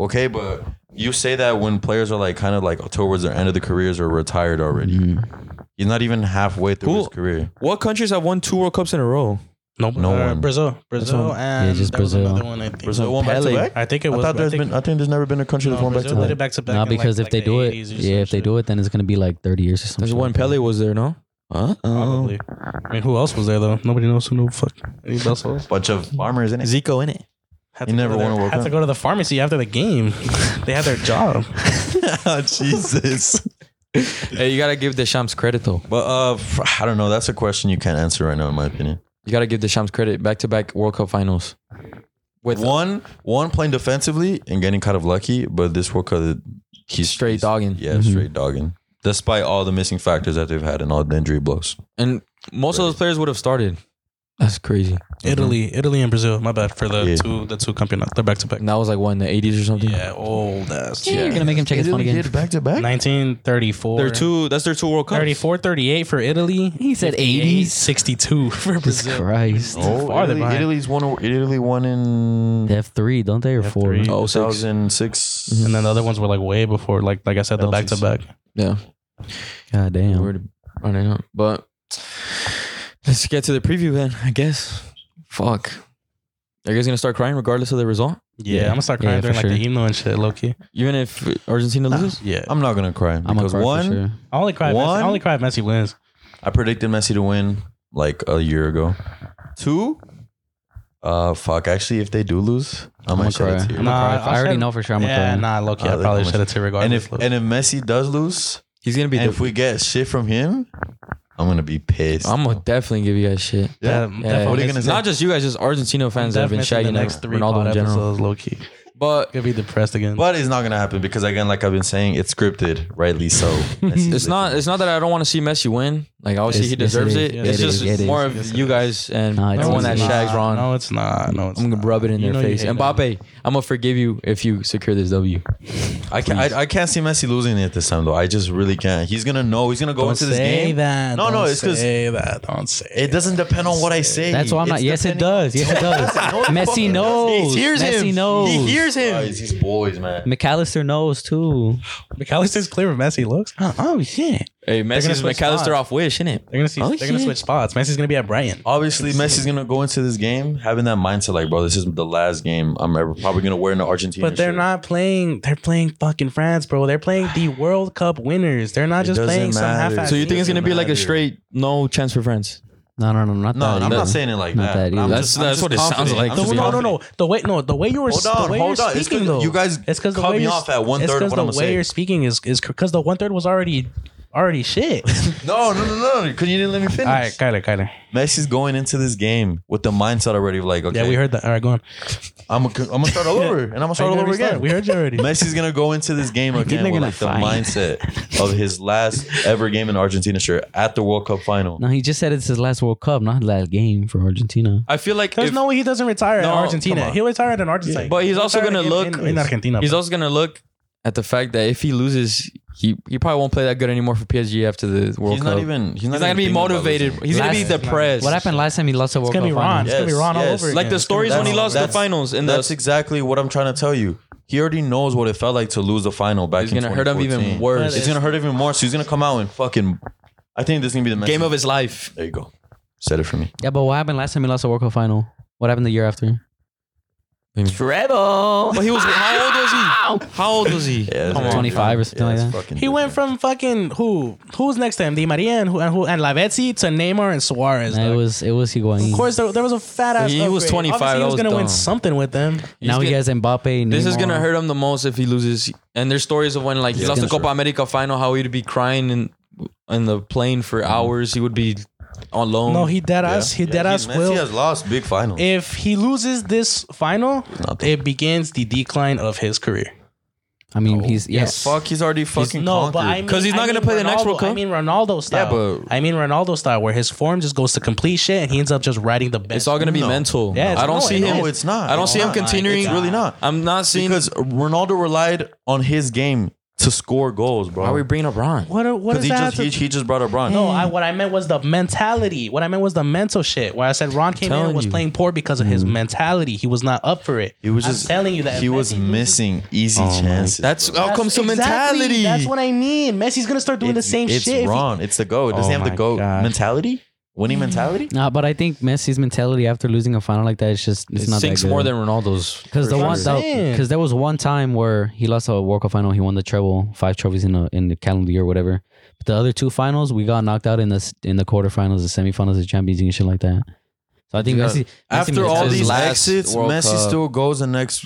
S4: Okay, but you say that when players are like kind of like towards their end of the careers or retired already.
S2: Mm.
S4: He's not even halfway through his
S5: Who-
S4: career.
S5: What countries have won two World Cups in a row?
S3: No,
S4: No one.
S3: Brazil, Brazil,
S2: one.
S3: and
S2: Yeah, just
S3: there was
S2: Brazil.
S3: another one. I think.
S4: Brazil won back to
S5: Pele.
S4: back.
S3: I think it was.
S4: I thought
S3: but I
S4: there's
S3: think,
S4: been. I think there's never been a country that's
S3: no,
S4: won back to
S3: Brazil did it
S4: back.
S3: back to back.
S2: Nah,
S3: in, like-
S2: because if
S3: like
S2: they
S3: the
S2: do
S3: 80s or
S2: it, yeah, if they
S3: something.
S2: do it, then it's gonna be like thirty years or something.
S5: There's one Pele was there, no? Huh?
S3: Probably. I mean, who else was there though? Nobody knows who knew fuck. Anybody else was?
S4: Bunch of farmers in it.
S5: Zico in it.
S3: Had
S4: He
S3: to go
S4: never
S3: to
S4: won
S3: their-
S4: a World
S3: Had to
S4: Cup.
S3: go to the pharmacy after the game. they had their job.
S4: Jesus.
S5: Hey, you gotta give Deschamps credit though.
S4: <laughs> But uh, f- I don't know. That's a question you can't answer right now, in my opinion.
S5: You gotta give Deschamps credit. Back to back World Cup finals.
S4: With one, one playing defensively and getting kind of lucky, but this World Cup, he's
S5: Straight
S4: he's-
S5: dogging.
S4: Yeah,
S3: Mm-hmm.
S4: straight dogging. Despite all the missing factors that they've had and all the injury blows.
S5: And most of those players would have started. That's crazy.
S3: Italy, Italy and Brazil. My bad for the
S4: Yeah.
S3: two, the two campeonato. They're back to back.
S5: And that was like what in the eighties or something?
S3: Yeah, old ass.
S2: Yeah, you're gonna make him check his phone again.
S4: back to back.
S3: 1934.
S5: They're two that's their two World Cups.
S3: 34, 38 for Italy.
S2: He said
S3: 58,
S2: 80s.
S3: 62 <laughs> for
S2: Jesus
S3: Brazil.
S2: Christ.
S4: Oh,
S3: far they're
S4: Italy,
S3: behind.
S4: Italy's won. Italy won in
S2: They have three, don't they, or
S3: They have
S2: four?
S3: three.
S5: Oh, six.
S4: 2006.
S3: And then the other ones were like way before, like like I said, the back to
S4: Penalties.
S3: back.
S5: Yeah.
S2: God
S5: yeah.
S2: damn.
S5: We're running out. But let's get to the preview then, I guess. Fuck. Are you guys gonna start crying regardless of the result?
S3: Yeah, I'm gonna start crying
S2: Yeah,
S3: during
S2: for
S3: like the
S2: sure.
S3: hymno and shit, low key.
S5: Even if Argentina loses?
S3: Yeah,
S4: I'm not gonna cry
S2: I'm a
S4: because
S2: cry one.
S4: one,
S2: Sure.
S3: I only cry. If Messi,
S4: Uh, One-
S3: I only cry if Messi wins.
S4: I predicted Messi to win like a year ago. Two, uh, fuck. Actually, if they do lose, I
S2: I'm
S4: might
S2: gonna
S4: shed
S2: cry.
S4: a
S2: I'm
S4: tear.
S2: gonna
S3: Nah,
S2: cry.
S3: I'll
S2: I already
S3: shed-
S2: know for sure. I'm
S3: yeah,
S2: gonna cry.
S3: nah, low key,
S4: I
S3: I
S4: like
S3: probably
S4: how much-
S3: should have too
S4: And
S3: regardless.
S4: if and if Messi does lose,
S5: He's gonna be
S4: and
S5: the
S4: if we get shit from him, I'm gonna be pissed.
S5: I'm gonna definitely give you guys shit.
S4: yeah.
S3: Def-
S5: Yeah,
S3: def-
S4: What are
S3: I'm
S4: you gonna say?
S5: Not just you guys, just Argentina fans that have been
S3: def missing
S5: shagging
S3: the next three
S5: Ronaldo
S3: pod
S5: in general.
S3: episodes, low key.
S5: But
S3: Gonna be depressed again.
S4: But it's not gonna happen because again, like I've been saying, it's scripted, rightly so. Messi-
S5: It's <laughs> not. It's not that I don't want to see Messi win. Like obviously
S2: It's-
S5: he
S2: yes, it
S5: deserves
S2: is.
S5: it.
S3: Yes,
S5: It's
S3: it
S5: just
S3: is. Yes,
S5: more
S3: it
S5: of
S3: is.
S5: you guys and
S2: No, it's
S5: everyone that
S2: not.
S5: shags Ron.
S3: No, it's not. No, it's
S5: I'm gonna
S3: not.
S5: rub it in
S3: You know
S5: their
S3: you
S5: face.
S3: hate
S5: And Mbappe, I'm gonna forgive you if you secure this W.
S4: I can't. I, I can't see Messi losing it this time though. I just really can't. He's gonna know. He's gonna go
S3: Don't
S4: into this
S3: say
S4: game.
S3: that.
S4: No, no,
S3: Don't
S4: it's 'cause-
S3: say that. Don't say
S4: It doesn't depend on what I say.
S2: That's why I'm not.
S4: It's
S2: Yes, it
S4: depending-
S2: does. Yes, it does. Messi knows.
S4: He hears
S2: Messi
S4: him.
S2: knows.
S4: He hears him. These boys, man.
S2: McAllister knows too.
S3: McAllister's clear with Messi looks. Oh, oh shit.
S5: Hey,
S3: gonna
S5: Messi's
S3: switch
S5: McAllister
S3: spots.
S5: off wish, isn't it?
S3: They're gonna see.
S5: Oh,
S3: they're gonna
S5: shit.
S3: switch spots. Messi's gonna be at Brighton.
S4: Obviously, Messi's gonna go into this game having that mindset, like, bro, this is the last game I'm ever probably gonna wear in the Argentina.
S3: But they're
S4: shirt.
S3: not playing. They're playing fucking France, bro. They're playing
S4: <sighs>
S3: the World Cup winners. They're not
S4: It
S3: just
S4: doesn't
S3: playing some
S4: matter.
S3: half.
S4: So
S5: So you think it's gonna be like a
S4: Matter.
S5: straight no chance for France?
S2: No, no, no, not
S4: No,
S2: that.
S4: I'm
S2: either.
S4: not saying it like
S2: Not
S4: that.
S2: that
S4: I'm
S2: either.
S5: That's-
S4: I'm
S5: that's what it sounds
S4: confident.
S5: like
S4: I'm
S5: to
S3: No,
S4: just
S5: me.
S3: no, no, no.
S4: confident.
S3: The way, no, the way you were,
S4: Hold
S3: the
S4: on,
S3: way you're
S4: hold on. It's
S3: speaking
S4: 'cause
S3: though,
S4: you guys
S3: it's because the
S4: cut
S3: way
S4: me
S3: you're-
S4: off at one
S3: it's
S4: third of
S3: 'cause
S4: what
S3: the
S4: I'ma
S3: way
S4: say.
S3: you're speaking is is because the one third was already already
S4: <laughs>
S3: shit.
S4: No, no, no, no, because you didn't let me finish.
S3: All right, Kyler, Kyler.
S4: Messi's going into this game with the mindset already of like, okay,
S3: Yeah, we heard that. All right, go on.
S4: I'm gonna, I'm gonna start all over, and I'm gonna start all
S3: You
S4: over
S3: already started.
S4: again.
S3: We heard you
S4: <laughs>
S3: already.
S4: Messi's gonna go into this game again
S2: they're
S4: with
S2: gonna
S4: like the
S2: fight.
S4: mindset of his last ever game in Argentina shirt at the World Cup final.
S2: No, he just said it's his last World Cup, not last game for Argentina.
S5: I feel like
S3: There's
S5: if-
S3: no way he doesn't retire
S5: No,
S3: in
S5: come
S3: Argentina.
S4: on.
S3: He'll retire in Argentina.
S5: But he's
S3: He'll
S5: also
S3: retire
S5: gonna
S3: in-
S5: look-
S3: in, in Argentina.
S5: he's
S3: bro.
S5: also gonna look at the fact that if he loses, he he probably won't play that good anymore for PSG after the World
S4: he's
S5: Cup.
S4: not even. He's not,
S5: He's not gonna
S4: even
S5: be
S4: thinking about
S5: motivated.
S4: losing.
S5: He's gonna be
S2: Last-
S5: depressed.
S2: What happened last time he lost a World
S3: it's gonna
S2: Cup?
S3: be Ron.
S2: final?
S3: It's gonna be
S4: Yes,
S3: Ron all
S4: yes.
S3: over.
S4: Like
S5: Like
S3: again.
S5: the
S3: It's gonna be
S5: stories when he
S3: Ron all over.
S5: lost the
S4: That's-
S5: finals and
S4: That's
S5: the
S4: exactly what I'm trying to tell you. He already knows what it felt like to lose the final back
S5: It's
S4: in
S5: gonna hurt him even
S4: 2014.
S5: worse.
S4: It's gonna hurt him even more. So he's gonna come out and fucking. I think this is gonna be the
S5: game
S4: Messi-
S5: of his life.
S4: There you go. Said it for me.
S2: Yeah, but what happened last time he lost a World Cup final? What happened the year after?
S6: Treble.
S5: But he was how old was he? How old was he?
S4: Yeah,
S5: Come
S4: it's-
S5: on.
S2: 25 or something
S4: yeah,
S2: like
S4: it's
S2: that.
S4: fucking
S3: He went
S4: different.
S3: from fucking who who's next to him, Di Maria and who and, who, and Lavezzi to Neymar and Suarez.
S2: No, it
S3: dog.
S2: was it was Higuain.
S3: of course, there, there was a fat ass.
S5: He was
S3: upgrade.
S5: 25,
S3: Obviously,
S5: that
S3: he was
S5: was
S3: gonna win
S5: dumb. Mm.
S3: something with them.
S2: now he
S5: He's
S2: has Mbappe.
S5: This is
S2: Neymar.
S5: gonna hurt him the most if he loses. And there's stories of when like he
S4: Yeah,
S5: lost the
S4: for sure.
S5: Copa America final, how he'd be crying in in the plane for hours. He would be on loan.
S3: No, he dead
S4: Yeah.
S3: ass. He
S4: Yeah,
S3: dead ass
S4: Messi
S3: will.
S4: has lost big finals.
S3: if he loses this final,
S4: Nothing.
S3: it begins the decline of his career.
S2: I mean, he's
S4: Yeah,
S2: yes.
S4: Fuck, he's already fucking
S3: No, but I mean,
S5: 'Cause he's not
S3: I
S5: gonna
S3: mean
S5: play the next
S3: Ronaldo-
S5: World Cup.
S3: I mean Ronaldo style.
S4: but-
S3: I mean Ronaldo style, where his form just goes to complete shit, and he ends up just riding the best.
S5: it's all gonna be
S4: No.
S5: mental.
S3: Yeah, it's-
S5: I don't
S3: no,
S5: see
S3: it
S5: him.
S4: No, it's not.
S5: I don't
S4: It's
S5: see him
S4: not.
S5: continuing.
S4: It's really not.
S5: I'm not seeing.
S4: because Ronaldo relied on his game to score goals, bro.
S5: Why are we bringing up Ron?
S3: What? Are, what is
S4: Because he
S3: that?
S4: just
S3: to-
S4: he, he just brought up Bron.
S3: no, I, what I meant was the mentality. What I meant was the mental shit. Where I said Ron came in and
S4: telling
S3: was
S4: you. Mm-hmm.
S3: playing poor because of his mentality. He was not up for it.
S4: he was
S3: I'm
S4: just
S3: telling you that
S4: he
S3: Messi
S4: was
S3: loses-
S4: missing easy chances.
S5: That's
S4: bro.
S5: how comes to
S3: exactly-
S5: mentality.
S3: That's what I mean. Messi's gonna start doing
S4: it's,
S3: the same
S4: it's
S3: shit. if he-
S4: Ron. It's the goat. Doesn't he
S3: Oh
S4: have the
S3: my
S4: goat
S3: God.
S4: mentality? Winning mentality?
S2: Nah, but I think Messi's mentality after losing a final like that is just it's
S5: it
S2: not
S5: sinks
S2: that good.
S5: more than Ronaldo's.
S2: Because
S5: for
S2: the
S5: sure.
S2: one,
S3: saying.
S2: because there was one time where he lost a World Cup final, he won the treble, five trophies in the in the calendar year, or whatever. But the other two finals, we got knocked out in the s- in the quarterfinals, the semifinals, the Champions League, and shit like that. So I think
S5: Yeah.
S2: Messi, Messi
S4: After all
S2: mentality-
S4: these
S5: last
S4: exits,
S5: World
S4: Messi
S5: Cup.
S4: still goes the next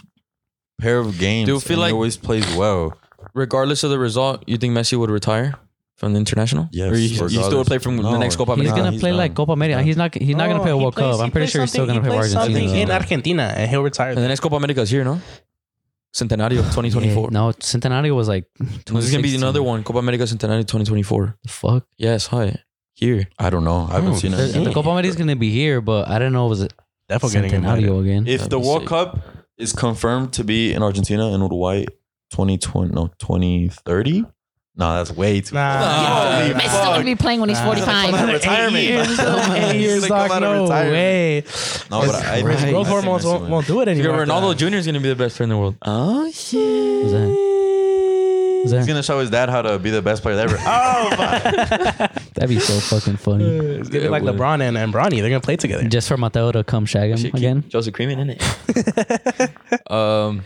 S4: pair of games.
S5: Do you feel
S4: and
S5: like-
S4: he always plays well?
S5: regardless of the result, you think Messi would retire from the international?
S4: Yes,
S5: Or you, you still would
S4: regardless.
S5: play from the
S4: No.
S5: next Copa
S2: he's
S5: America?
S2: gonna
S4: he's
S2: play like
S4: done.
S2: Copa America. He's not he's not gonna
S3: No,
S2: play a
S3: Oh, he
S2: World
S3: plays-
S2: Cup. I'm
S3: he
S2: pretty
S3: plays
S2: sure he's still
S3: something-
S2: gonna
S3: he
S2: play for
S3: plays
S2: Argentina.
S3: something in
S2: though.
S3: Argentina, and he'll retire.
S5: And the next Copa America is here, no? Centenario of 2024.
S2: Yeah, no, Centenario was like.
S5: There's gonna be
S2: 2016.
S5: another one, Copa America Centenario 2024.
S2: The fuck.
S5: Yes, hi. Here.
S4: I don't know. I haven't
S3: Oh,
S4: seen
S2: The,
S4: it.
S3: Yeah.
S2: the Copa America is gonna be here, but I don't know. Was it
S3: Definitely getting invited.
S2: Centenario again?
S4: If
S5: That'd
S4: the
S5: be
S4: World
S5: sick.
S4: Cup is confirmed to be in Argentina and Uruguay, 2020 no 2030. Nah, that's way too.
S3: Nah.
S4: far.
S3: Nah.
S4: Holy
S3: Messi's
S6: Messi's still
S4: fuck.
S6: gonna be playing when he's
S3: Nah.
S6: 45.
S3: Another
S4: Retirement.
S3: Eight years,
S4: <laughs>
S3: <laughs> eight
S4: He's
S3: years
S4: like, I'm
S3: dog,
S4: out of
S3: no
S4: retirement.
S3: way.
S4: No, but I, I think-
S3: Growth
S4: I think
S3: hormones
S4: Messi
S3: won't,
S4: wins.
S3: won't do it anymore.
S5: Ronaldo Jr. is gonna be the best player in the world.
S2: Um,
S6: Oh shit.
S2: Was that? Was
S4: He's
S2: that?
S4: gonna show his dad how to be the best player ever.
S3: Ah!
S4: oh my!
S2: That'd be so fucking funny.
S3: <laughs> It's gonna be like LeBron and, and Bronny. They're gonna play together.
S2: Just for Mateo to come shag him
S5: Should keep
S2: again.
S5: Joseph Creeman in
S2: <laughs>
S5: it. um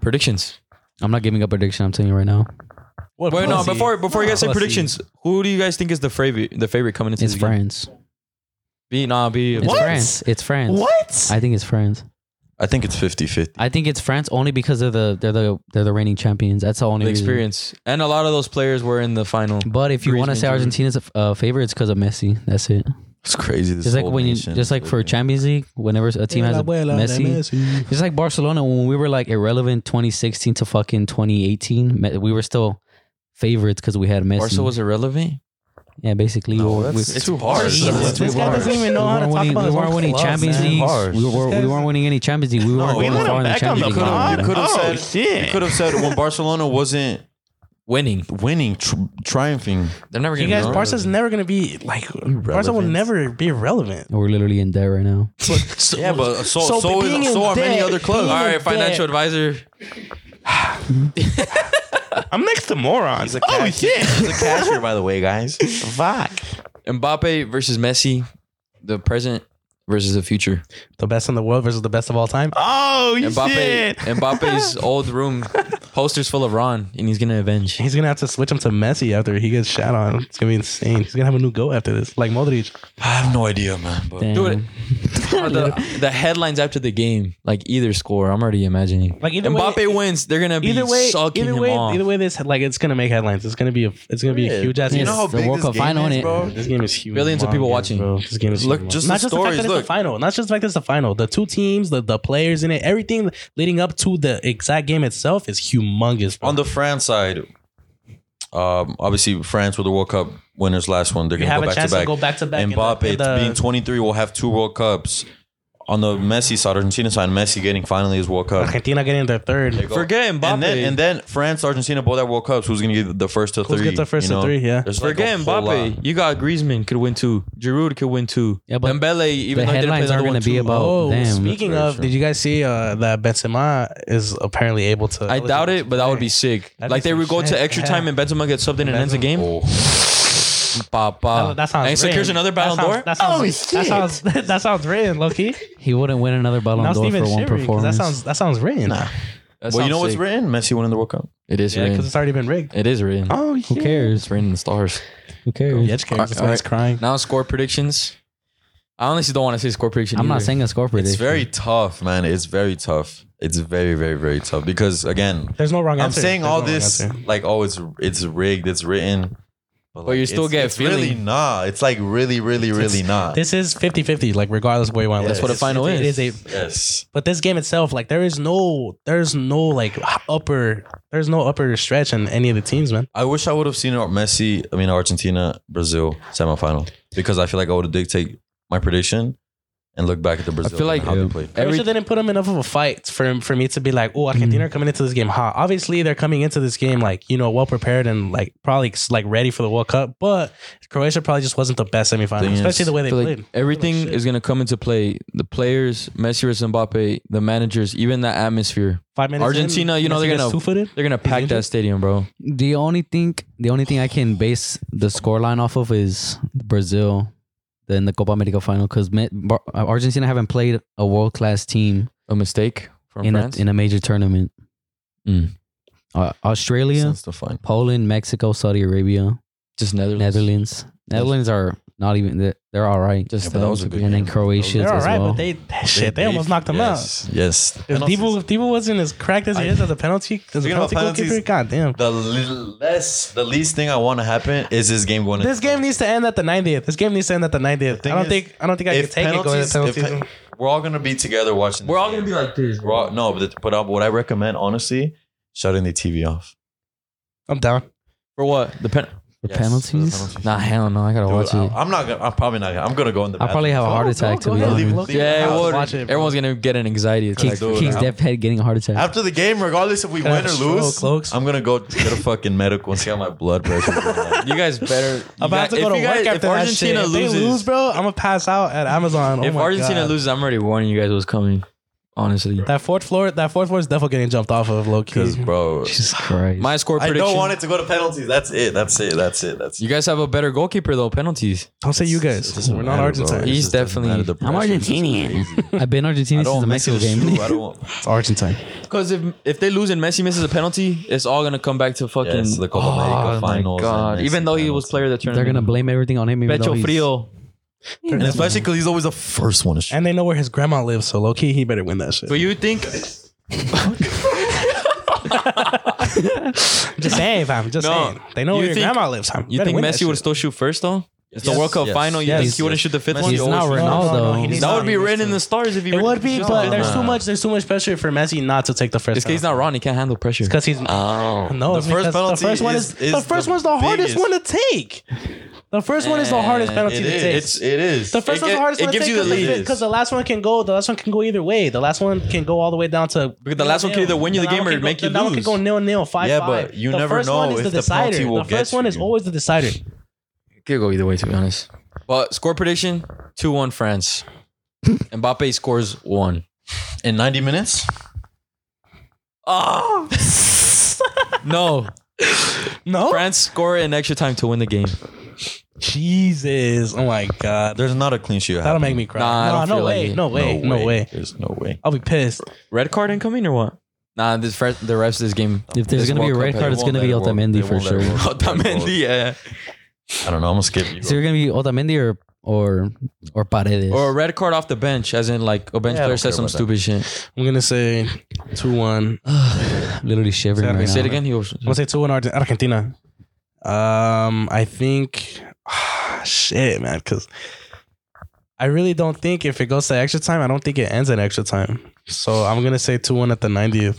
S5: predictions.
S2: I'm not giving up prediction. I'm telling you right now,
S3: What
S5: Wait, no,
S3: pussy.
S5: before before you guys say
S3: Pussy.
S5: predictions, who do you guys think is the favorite the favorite coming into
S2: it's
S5: this game?
S2: France.
S5: Be nah, be
S2: It's France. It's France.
S3: What?
S2: I think it's France.
S4: I think it's 50-50.
S2: I think it's France only because they're the they're the they're the reigning champions. That's the only
S5: the
S2: reason.
S5: experience. And a lot of those players were in the final.
S2: But if you want to
S5: Griezmann
S2: say
S5: too.
S2: Argentina's a uh, favorite, it's because of Messi. That's it.
S4: It's crazy. This
S2: Just like
S4: whole
S2: when you,
S4: nation
S2: just
S4: is
S2: like for
S4: looking-
S2: Champions League, whenever a team has a Messi, just like Barcelona when we were like irrelevant 2016 to fucking 2018, Me- we were still favorites because we had Messi.
S5: Barca was irrelevant.
S2: yeah, basically.
S4: No,
S2: we-
S4: that's-
S2: we-
S4: it's too hard.
S3: Jesus, this guy doesn't even know
S2: we
S3: how to
S2: weren't
S3: talk
S2: winning,
S3: about
S2: we
S3: his
S2: weren't
S3: own
S2: winning
S3: clubs,
S2: Champions
S3: man.
S4: League.
S2: Leagues.
S4: Harsh.
S2: We, were, we weren't winning any Champions League. We weren't
S4: we
S2: going
S4: let
S2: far in
S4: him
S2: the
S3: back on
S2: Champions
S3: the
S2: League.
S3: pod.
S2: anymore.
S4: You could have
S3: Oh,
S4: said.
S3: shit.
S4: You could have said when Barcelona wasn't
S5: Winning.
S4: winning, tr- triumphing.
S5: They're never
S3: You
S5: gonna
S3: guys,
S5: know.
S3: Barca's never gonna be like Barca will
S4: Irrelevant.
S3: never be relevant.
S2: We're literally in debt right now.
S3: So-
S4: Yeah, but so so,
S3: being
S4: is,
S3: in
S4: so are many
S3: debt-
S4: other clubs.
S5: All
S3: Look
S5: right,
S3: at
S5: financial advisor.
S3: I'm next to moron.
S4: He's a
S3: Oh
S4: cashier.
S3: shit!
S4: He's a cashier, by the way, guys.
S5: Mbappe versus Messi, the present versus the future.
S3: The best in the world versus the best of all time. Oh <laughs>
S5: Mbappe,
S3: shit!
S5: Mbappe's old room posters full of Ron, and he's gonna avenge.
S3: He's gonna have to switch him to Messi after he gets shot on. It's gonna be insane. He's gonna have a new go after this, like Modric.
S4: I have no idea, man. But
S2: Damn.
S5: Do it. <laughs> the, the headlines after the game, like either score, I'm already imagining.
S3: Like either
S5: Mbappe
S3: way,
S5: wins, they're gonna be
S3: either way,
S5: sucking
S3: either
S5: him
S3: way,
S5: off.
S3: either way, this like it's gonna make headlines. It's gonna be a it's gonna be a
S4: Yeah.
S3: huge ass.
S2: You
S3: game.
S2: know how the World Cup final in it.
S3: This game is huge.
S5: Billions of people
S3: Humongous,
S5: watching.
S3: Bro. This game is
S4: Look,
S3: humongous.
S4: just
S3: not
S4: the
S3: just the fact
S4: stories,
S3: that it's the
S4: look.
S3: final, not just the fact that it's the final. The two teams, the, the players in it, everything leading up to the exact game itself is humongous. Bro.
S4: On the France side, um, obviously France were the World Cup winners last one. They're
S3: you
S4: gonna
S3: have
S4: go
S3: a
S4: back
S3: chance
S4: to back.
S3: to go back to back. in the-
S4: Mbappe
S3: in the-
S4: being 23 will have two World Cups. On the Messi side, Argentina side, Messi getting finally his World Cup.
S3: Argentina getting their third.
S4: Go-
S5: Forget Mbappe.
S4: And then, and then France, Argentina, both at World Cups. Who's gonna get the first to
S3: Who's
S4: three?
S3: get the first
S4: you
S3: to
S4: know?
S3: three, yeah.
S4: There's like
S5: Forget
S4: a whole
S5: Mbappe.
S4: lot.
S5: You got Griezmann could win two. Giroud could win two.
S2: Yeah, but
S5: Dembele, even
S2: the
S5: though he didn't play
S2: headlines are
S5: another
S2: going
S5: one
S2: to be
S5: too.
S2: about
S3: Oh,
S2: them.
S3: speaking
S4: That's
S3: of,
S4: very true.
S3: did you guys see uh, that Benzema is apparently able to?
S5: I doubt it, but that would be sick.
S3: That'd
S5: like
S3: be
S5: they
S3: some
S5: would go
S3: shit.
S5: to extra
S3: Yeah.
S5: time and Benzema gets subbed in and ends the game.
S4: Oh.
S5: Bah, bah.
S3: That, that sounds.
S5: And secures
S3: rigged.
S5: another Ballon
S3: that sounds,
S5: d'Or.
S3: That sounds. <laughs>
S6: Oh,
S3: that sounds. That sounds written, Loki.
S2: he wouldn't win another Ballon
S3: Now
S2: d'Or
S3: Steven
S2: for one
S3: shivering 'cause that
S2: performance.
S3: sounds. That sounds written. Nah,
S5: That
S4: Well, you
S5: sounds
S4: know what's
S5: sick.
S4: written? Messi winning the World Cup.
S5: It is
S3: yeah, because
S5: written.
S3: it's already been rigged.
S5: It is written.
S3: Oh,
S2: Who cares?
S5: It's written in the stars.
S2: Who cares?
S3: Yeah, just cares. That's
S5: All
S3: why
S5: right.
S3: he's crying.
S5: Now score predictions. I honestly don't want to say score prediction.
S2: I'm not
S5: either.
S2: saying a score
S4: It's
S2: prediction.
S4: very tough, man. It's very tough. It's very, very, very tough because again,
S3: There's no wrong
S4: I'm
S3: answer.
S4: saying
S3: There's
S4: all
S3: no wrong
S4: this
S3: answer.
S4: like, oh, it's it's rigged, it's written, but,
S5: you
S4: like,
S5: still
S4: it's-
S5: get a
S4: it's really
S5: feeling.
S4: nah. It's like really, really, really not.
S3: This is 50-50, Like regardless of where you want to
S4: That's
S3: live.
S4: what a
S3: It's-
S5: final
S3: it-
S5: is.
S3: It is a.
S4: yes,
S3: But this game itself, like there is no, there's no like upper, there's no upper stretch in any of the teams, man.
S4: I wish I would have seen Messi. I mean, Argentina, Brazil semifinal because I feel like I would have dictate my prediction and look back at the Brazil.
S5: feel like-
S4: how they
S2: Yeah.
S4: played.
S5: Every-
S3: Croatia didn't put them enough of a fight for for me to be like, oh, Argentina are coming into this game hot. Obviously, they're coming into this game like you know well prepared and like probably like ready for the World Cup. But Croatia probably just wasn't the best semifinal,
S4: Thing is,
S3: especially the way they
S5: feel
S3: played.
S5: like everything
S3: shit.
S5: is gonna come into play. The players, Messi versus Mbappe, the managers, even that atmosphere.
S3: Five minutes.
S5: Argentina,
S3: in,
S5: you know they're gonna-
S3: two footed.
S5: They're gonna pack
S3: injured?
S5: that stadium, bro.
S2: The only thing, the only thing I can base the scoreline off of is Brazil, then the Copa America final because Argentina haven't played a world class team
S5: A mistake from
S2: in a,
S5: France.
S2: in a major tournament.
S5: Mm.
S2: Uh, Australia,
S4: Since the final.
S2: Poland, Mexico, Saudi Arabia,
S5: just Netherlands.
S2: Netherlands. Netherlands are not even they're, they're all right.
S5: Just
S4: Yeah, but that was a
S5: Netherlands.
S4: good
S2: And then
S4: game.
S2: Croatia
S4: That
S3: They're
S4: was-
S2: as
S3: all right,
S2: well.
S3: but they that <laughs> shit. They, almost knocked them out.
S4: yes, Yes.
S3: If
S4: Penalties.
S3: Debo, if Debo wasn't as cracked as he
S4: I-
S3: is as a penalty, as a
S4: Speaking about
S3: penalty goalkeeper, goddamn.
S4: penalties- the li- less, the least thing I want to happen is this game going.
S3: This game needs to end at the 90th. This game needs to end at the 90th. I
S4: thing
S3: don't
S4: is,
S3: think I don't think I can
S4: if
S3: take it going to
S4: penalties,
S3: penalties.
S4: if, we're all gonna be together watching.
S5: We're
S4: this
S5: all
S4: game.
S5: gonna be like this.
S4: We're all- no, but but uh, what I recommend honestly, shutting the TV off.
S3: I'm down.
S5: For what? The pen-
S2: For
S4: Yes,
S2: penalties,
S4: for the penalties.
S5: Nah, hell no. I gotta
S4: Dude,
S5: watch it.
S4: I, am not. Gonna, I'm probably not. Gonna, I'm gonna go in the.
S2: I'll probably have a
S4: bathroom.
S2: heart
S3: Go-
S2: attack
S3: go-
S2: to be
S3: go ahead.
S2: honest.
S3: Leave-
S4: Leave-
S3: leave
S4: leave
S5: yeah,
S4: the
S5: it
S4: house.
S5: would.
S3: Watch it, bro.
S5: Everyone's gonna get an anxiety attack.
S2: King's,
S4: do it
S2: King's
S4: now.
S2: deaf head getting a heart attack.
S4: After the game, regardless if we
S3: Can I
S4: win or
S3: have stroke,
S4: lose,
S3: cloaks?
S4: I'm gonna go get a fucking medical and see how my blood pressure. is
S5: <laughs>
S4: like.
S5: you guys better.
S3: I'm about to
S5: you
S3: go to
S5: guys-
S3: work
S5: if you guys-
S3: after
S5: if
S3: that
S5: Argentina
S3: shit.
S5: loses,
S3: if they lose, bro, I'm gonna pass out at Amazon. Oh
S5: if
S3: my
S5: Argentina
S3: God.
S5: loses, I'm already warning you guys what's coming. Honestly,
S3: that fourth floor, that fourth floor is definitely getting jumped off of low
S4: Because
S3: key.
S4: bro,
S2: Jesus Christ.
S5: my score
S4: I
S5: prediction.
S4: don't want it to go to penalties. That's it. That's it. That's it. That's
S5: You guys have a better goalkeeper though. Penalties.
S3: Don't say you
S4: It
S3: guys.
S4: doesn't
S3: We're not
S4: matter, bro.
S3: Argentine.
S4: It
S5: He's
S4: just doesn't
S5: definitely-
S4: matter. The
S2: I'm
S4: pressure is just
S2: Argentinian.
S4: crazy.
S2: I've been Argentina
S4: I
S2: since
S4: don't
S2: the
S4: miss
S2: Mexico
S4: the
S2: game. <laughs>
S4: shoe. I don't want.
S3: It's Argentine.
S5: Because if if they lose and Messi misses a penalty, it's all gonna come back to fucking
S4: Yes, the Copa America
S5: oh,
S4: finals
S5: My
S4: and
S5: God.
S4: Messi
S5: Even though he was
S4: penalty.
S5: player of the
S2: They're
S5: tournament,
S2: gonna blame everything on him. even though
S5: Pecho
S2: he's-
S5: Frio.
S4: And especially because he's always the first one to shoot.
S3: And they know where his grandma lives, so low key, he better win that shit.
S5: But you think
S3: Just saying, fam. Just
S5: No.
S3: saying. They know
S5: You
S3: where your
S5: think-
S3: grandma lives, fam.
S5: you
S3: better
S5: think
S3: win that
S5: Messi would
S3: shit.
S5: still shoot first though? It's
S4: Yes.
S5: the World Cup
S4: Yes.
S5: final. You
S3: Yes.
S5: think he wouldn't shoot the fifth
S4: Messi
S5: one?
S2: He's
S5: He
S2: not
S5: always-
S3: No, no,
S2: Ronaldo.
S3: no, he needs
S5: That would be
S3: He needs
S5: written
S3: to.
S5: in the stars if he.
S3: It
S5: were-
S3: would be,
S5: shot
S3: but
S5: the
S3: there's
S5: fifth
S3: too
S5: one.
S3: much. There's too much pressure for Messi not to take the first.
S5: It's 'cause he's
S3: one.
S5: not Ron. He can't handle pressure.
S3: It's because he's
S5: Oh.
S3: no. It's
S4: The
S3: because
S4: first
S3: the
S4: penalty
S3: first one
S4: is-
S3: is,
S4: is
S3: the first
S4: the
S3: one's the hardest
S4: biggest.
S3: one to take. The first one is the hardest
S5: Eh,
S3: penalty
S4: It
S3: to take.
S4: is. It is.
S3: The first
S5: It
S3: one's
S5: gi-
S3: the hardest
S5: it
S3: one to
S5: gives
S3: take
S5: you the
S3: because the,
S5: lead.
S3: 'cause the last one can go. The last one can go either way. The last one can go all the way down to
S5: Because the last one can either win you the game or make you
S3: That one can
S5: lose.
S3: go nil nil five
S4: Yeah,
S3: five.
S4: but you
S3: the
S4: never
S3: first one
S4: know
S3: is the
S4: if the penalty
S3: decider.
S4: will
S3: The
S4: get
S3: first one is
S4: you.
S3: always the
S5: <laughs>
S3: decider.
S5: Could go either way, to be honest. But score prediction: two
S2: <laughs>
S5: one France. Mbappe scores one.
S4: In 90 minutes?
S5: Oh no!
S3: No,
S5: France score in extra time to win the game.
S3: Jesus! Oh my God!
S4: There's not a clean sheet.
S3: That'll
S4: happening.
S3: make me cry.
S5: Nah, I
S3: no,
S5: don't
S3: no
S5: feel like
S3: way.
S5: it.
S3: no way! No way!
S4: There's no way.
S3: I'll be pissed.
S5: Red card incoming or what? Nah, this fir- the rest of this game.
S2: If there's
S5: This
S2: gonna be a
S5: World
S2: red
S5: Cup
S2: card,
S5: has-
S2: it's gonna be Otamendi for sure. Is
S5: <laughs> Otamendi, yeah.
S4: I don't know. I'm going to skip you.
S2: it gonna be Otamendi or or or Paredes?
S5: Or a red card off the bench, as in like a bench
S4: Yeah, I
S5: player
S4: don't
S5: says
S4: care
S5: some
S4: about that.
S5: stupid shit.
S3: I'm gonna say two one. I'm
S2: literally
S3: Say
S2: shivering
S3: that
S2: right
S3: again.
S5: Say
S2: now.
S5: it again. He goes,
S3: gonna say two one Argentina. Um, I think <sighs> shit, man, because I really don't think if it goes to extra time, I don't think it ends at extra time. So I'm gonna say two one at the 90th.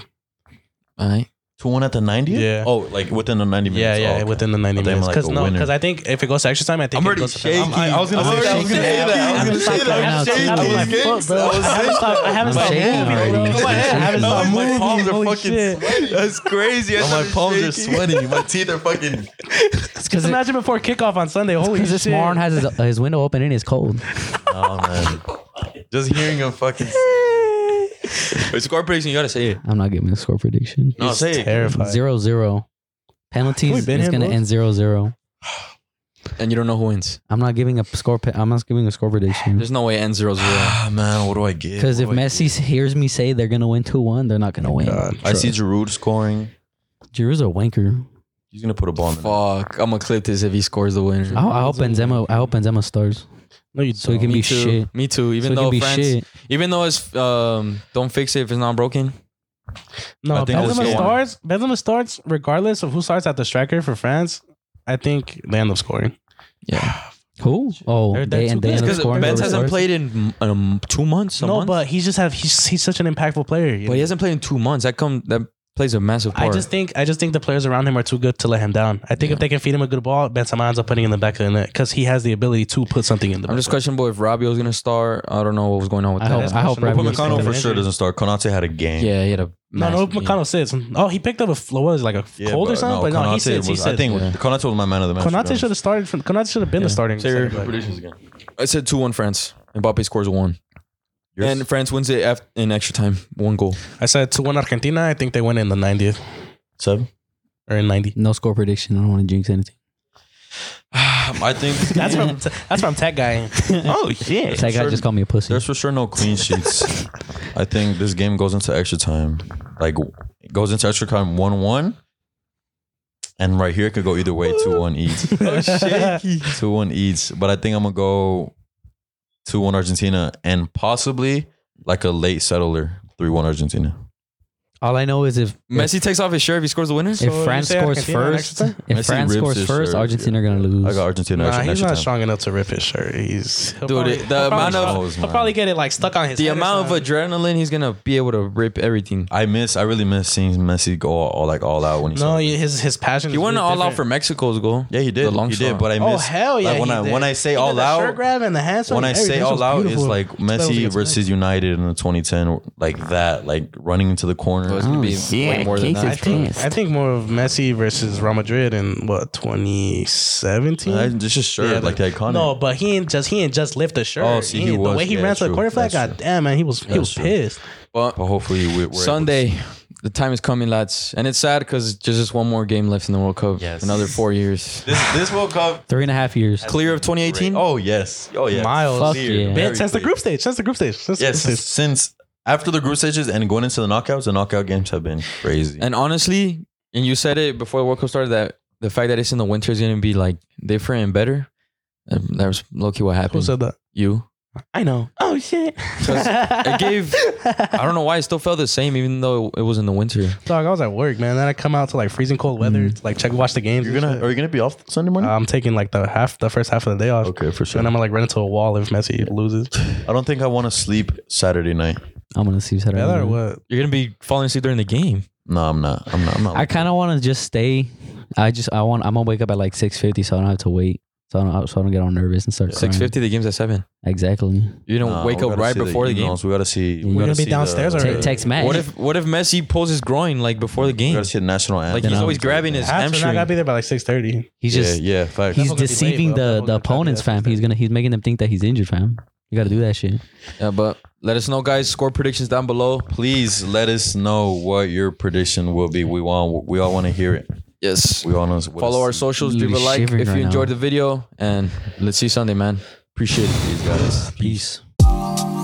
S5: All right.
S4: 2 1 at the 90?
S3: Yeah.
S4: Oh, like within the 90
S3: Yeah,
S4: minutes.
S3: yeah,
S4: Oh, okay.
S3: within the 90
S4: But they
S3: minutes.
S4: might
S3: Because
S4: go
S3: no,
S4: winner.
S3: because I think if it goes to extra time, I think
S5: I'm
S3: it
S5: already
S3: goes to penalty.
S5: shaking.
S3: I, I was gonna
S4: I'm
S3: say that. I was
S4: already
S3: gonna say
S4: shaking.
S3: that. I was gonna say that.
S2: I'm shaking.
S3: I'm shaking.
S2: I'm
S3: shaking.
S2: shaking.
S3: Foot, bro. I haven't stopped. I haven't
S2: I'm
S3: stopped
S2: shaking
S3: moving,
S2: already.
S3: bro. I haven't
S4: No,
S3: stopped
S4: my palms
S3: moving.
S4: are
S3: Holy
S4: fucking
S3: shit.
S5: That's crazy.
S4: Oh, my palms are sweating. My teeth are <laughs> fucking.
S2: It's
S3: Just
S2: because
S3: imagine before kickoff on Sunday. Holy shit!
S2: this Marn has his, his window open and it's cold.
S4: Oh, man. Just hearing him fucking.
S5: score prediction. You gotta say it.
S2: I'm not giving a score prediction.
S4: No, say it.
S3: terrified.
S2: Zero zero.
S3: Can we
S2: Penalties.
S3: bin
S2: It's
S3: him,
S2: gonna
S3: bro?
S2: end zero zero.
S5: And you don't know who wins.
S2: I'm not giving a score. pe- I'm not giving a score prediction.
S5: There's no way it ends 0 0.
S2: <sighs>
S4: Ah, man. What do I get?
S2: Because if
S4: What do I
S2: Messi hears me say they're gonna win two one, they're not gonna win.
S3: God.
S4: get? I see Giroud scoring.
S2: Giroud's a wanker.
S4: He's going to put a ball in the net.
S5: Fuck. I'm gonna clip this if he scores the winner.
S2: I, I hope Benzema. I hope Benzema starts
S3: No, you
S2: so he can
S5: Me
S2: be
S5: too.
S2: shit.
S5: Me too.
S2: So
S5: Even
S2: he
S5: though
S2: can be
S5: France,
S2: shit.
S5: even though it's um, don't fix it if it's not broken.
S3: No,
S4: I think
S5: we'll
S3: Benzema
S5: score.
S3: starts. Benzema starts regardless of who starts at the striker for France. I think they end up scoring.
S5: Yeah,
S2: Who? Oh,
S3: They're- they're
S2: they
S3: too
S2: and they
S3: good.
S2: end up
S5: because
S2: scoring.
S5: Benz
S2: over
S5: hasn't
S2: Spurs.
S5: played in um, two months. a
S3: no,
S5: month.
S3: but he's just have he's he's such an impactful player. you
S5: But he
S3: know?
S5: hasn't played in two months. That come that plays a massive
S3: I
S5: part.
S3: just think I just think the players around him are too good to let him down. I think if they can feed him a good ball, Benzema ends up putting it in the back of the net because he has the ability to put something in the.
S5: I'm
S3: back
S5: just
S3: of the net.
S5: questionable if Rabio's gonna start. I don't know what was going on with
S2: I
S5: that.
S2: hope I hope
S3: Well,
S4: But
S3: Well,
S2: Rabiot's
S3: Upamecano
S4: Meccano
S2: gonna-
S4: for
S3: he's
S4: sure
S3: injured.
S4: doesn't start. Konate had a game.
S2: Yeah, he had a
S3: No, no,
S2: massive game.
S3: Meccano sits. Oh, he picked up a fl- what was it, like a
S4: Yeah,
S3: cold or something, but no, he
S4: Konate
S3: sits. He
S4: was-
S3: sits.
S4: I think
S5: Yeah.
S4: Konate was my man of the match.
S3: Konate should have started from. Konate should have been the starting.
S5: Say your
S3: center back.
S5: predictions again. I said two one France. Mbappe scores one, and
S4: And
S5: France wins it af- in extra time, one goal.
S3: I said two one Argentina. I think they win in the 90th
S4: seven.
S3: or in 90.
S2: No score prediction. I don't want to jinx anything.
S4: I think
S3: That's from that's from Tech Guy. <laughs> oh shit!
S2: That guy
S4: sure.
S2: just called me a pussy.
S4: There's for sure no
S5: <laughs>
S4: clean sheets. I think this game goes into extra time. Like it goes into extra time one one. And right here it could go either way, two one each.
S5: <laughs>
S3: Oh, <laughs> shaky.
S4: Two one each. But I think I'm gonna go two one Argentina and possibly like a late settler, three one Argentina.
S2: All I know is if
S5: Messi takes off his shirt. If he scores the winner.
S2: if
S3: you
S2: France
S3: say
S2: scores
S3: Argentina
S2: first,
S3: next
S2: if
S4: Messi
S2: France
S4: rips
S2: scores
S4: his
S2: first,
S4: shirt.
S2: Argentina are gonna lose.
S4: I got Argentina
S3: Nah,
S4: extra,
S3: he's
S4: extra
S3: not
S4: time.
S3: strong enough to rip his shirt. He's he'll
S5: Dude,
S3: probably-
S5: the
S3: he'll probably
S5: amount of-
S3: struggle.
S4: Knows,
S3: he'll
S4: man.
S3: probably get it like stuck on his.
S5: the
S3: head or
S5: amount
S3: something.
S5: of adrenaline he's gonna be able to rip everything.
S4: I miss I really miss seeing Messi go all, all, like all out when he
S3: No, his his passion.
S5: He
S3: is
S5: went
S3: really
S5: all out
S3: different.
S5: for Mexico's goal.
S4: Yeah, he did.
S5: The long
S4: he
S5: shot.
S4: did, but I
S3: Oh
S4: miss
S3: hell yeah!
S4: like, when
S3: he
S4: I
S3: did.
S4: when I say
S3: He
S4: all
S3: did that
S4: out
S3: shirt grab and the hands.
S4: when I say all out, it's like Messi versus United in the 2010, like that, like running into the
S5: It
S4: corner.
S5: was gonna be
S6: yeah,
S5: way more than
S6: kicks
S5: that.
S6: his
S5: bro.
S6: pants.
S3: I think more of Messi versus Real Madrid in what
S4: I
S3: 2017.
S4: just sure
S3: Yeah,
S4: like the iconic.
S3: No, but he ain't just he ain't just lift the shirt.
S4: Oh, see, he
S3: ain't- the
S4: was-
S3: way he
S4: yeah,
S3: ran to the
S4: true.
S3: quarter flag.
S4: That's
S3: God damn man, he was he
S4: That's
S3: was
S4: true.
S3: pissed.
S5: But
S4: But hopefully we, we're
S5: Sunday, the time is coming, lads, and it's sad because there's just one more game left in the World Cup.
S4: Yes.
S5: Another four years.
S4: This this World Cup
S2: Three and a half years.
S5: Clear of 2018.
S4: Oh yes. Oh yeah.
S3: Miles.
S2: Fuck
S4: Clear.
S2: yeah.
S4: Very
S3: Been since the
S4: clear.
S3: group stage. Since the group stage. Since the
S4: Yes.
S3: group
S4: Since,
S3: stage.
S4: after the group stages and going into the knockouts, the knockout games have been crazy.
S5: Oh, And honestly, and you said it before the World Cup started that the fact that it's in the winter is gonna be like different and better. And that was low key what
S3: Who
S5: happened.
S3: said that?
S5: You.
S3: I know. Oh shit! <laughs>
S5: it
S3: I
S4: <laughs>
S5: gave- I don't know why it still felt the same, even though it was in the winter.
S3: Dog, I was at work, man. Then I come out to like freezing cold weather
S2: Mhm.
S3: to like check watch the games.
S4: Mm. you're
S3: and
S4: gonna
S3: shit.
S4: are you gonna be off Sunday morning?
S3: I'm taking like the half the first half of the day off.
S4: okay,
S3: Uh,
S4: for
S3: And
S4: sure.
S3: I'm gonna like run into a wall if Messi loses.
S4: I don't think I want to sleep Saturday night.
S2: I'm gonna see Saturday.
S3: Better or
S2: night.
S3: what?
S5: You're gonna be falling asleep during the game.
S4: No, I'm not. I'm not. I'm not.
S2: I kind of want to just stay. I just I want I'm gonna wake up at like six fifty, so I don't have to wait. So I don't so I don't get all nervous and start.
S5: Six
S2: crying.
S5: fifty, the game's at seven.
S2: exactly.
S5: You don't
S4: Nah,
S5: wake
S4: we
S5: up
S4: gotta
S5: right
S4: see
S5: before the, game.
S4: emails. We gotta see.
S2: We're
S4: we
S2: gonna
S4: gotta
S3: be
S4: see
S3: downstairs
S4: the-
S3: already.
S2: Te- text Matt.
S5: What if what if Messi pulls his groin like before the
S4: We
S5: game?
S4: gotta see the national anthem.
S5: Like he's
S2: Then
S5: always
S2: I'm-
S5: grabbing his
S3: Half, so I gotta
S5: hamstring.
S3: be there by like six thirty.
S2: he's just
S4: yeah, yeah, fact.
S2: he's
S3: Devil's gonna be
S2: deceiving
S3: late, bro.
S2: the the
S3: Devil's gonna try to
S2: opponents,
S3: do that
S2: fam. He's
S3: shit.
S2: gonna he's making them think that he's injured, fam. You gotta do that shit.
S5: Yeah, but let us know, guys. Score predictions down below.
S4: please let us know what your prediction will be. We want we all want to hear it.
S5: Yes.
S4: We all know.
S5: Follow our socials, leave a
S2: Literally
S5: like if you
S2: shivering right now.
S5: enjoyed the video, and let's see you Sunday, man. Appreciate it.
S4: These guys.
S2: Peace.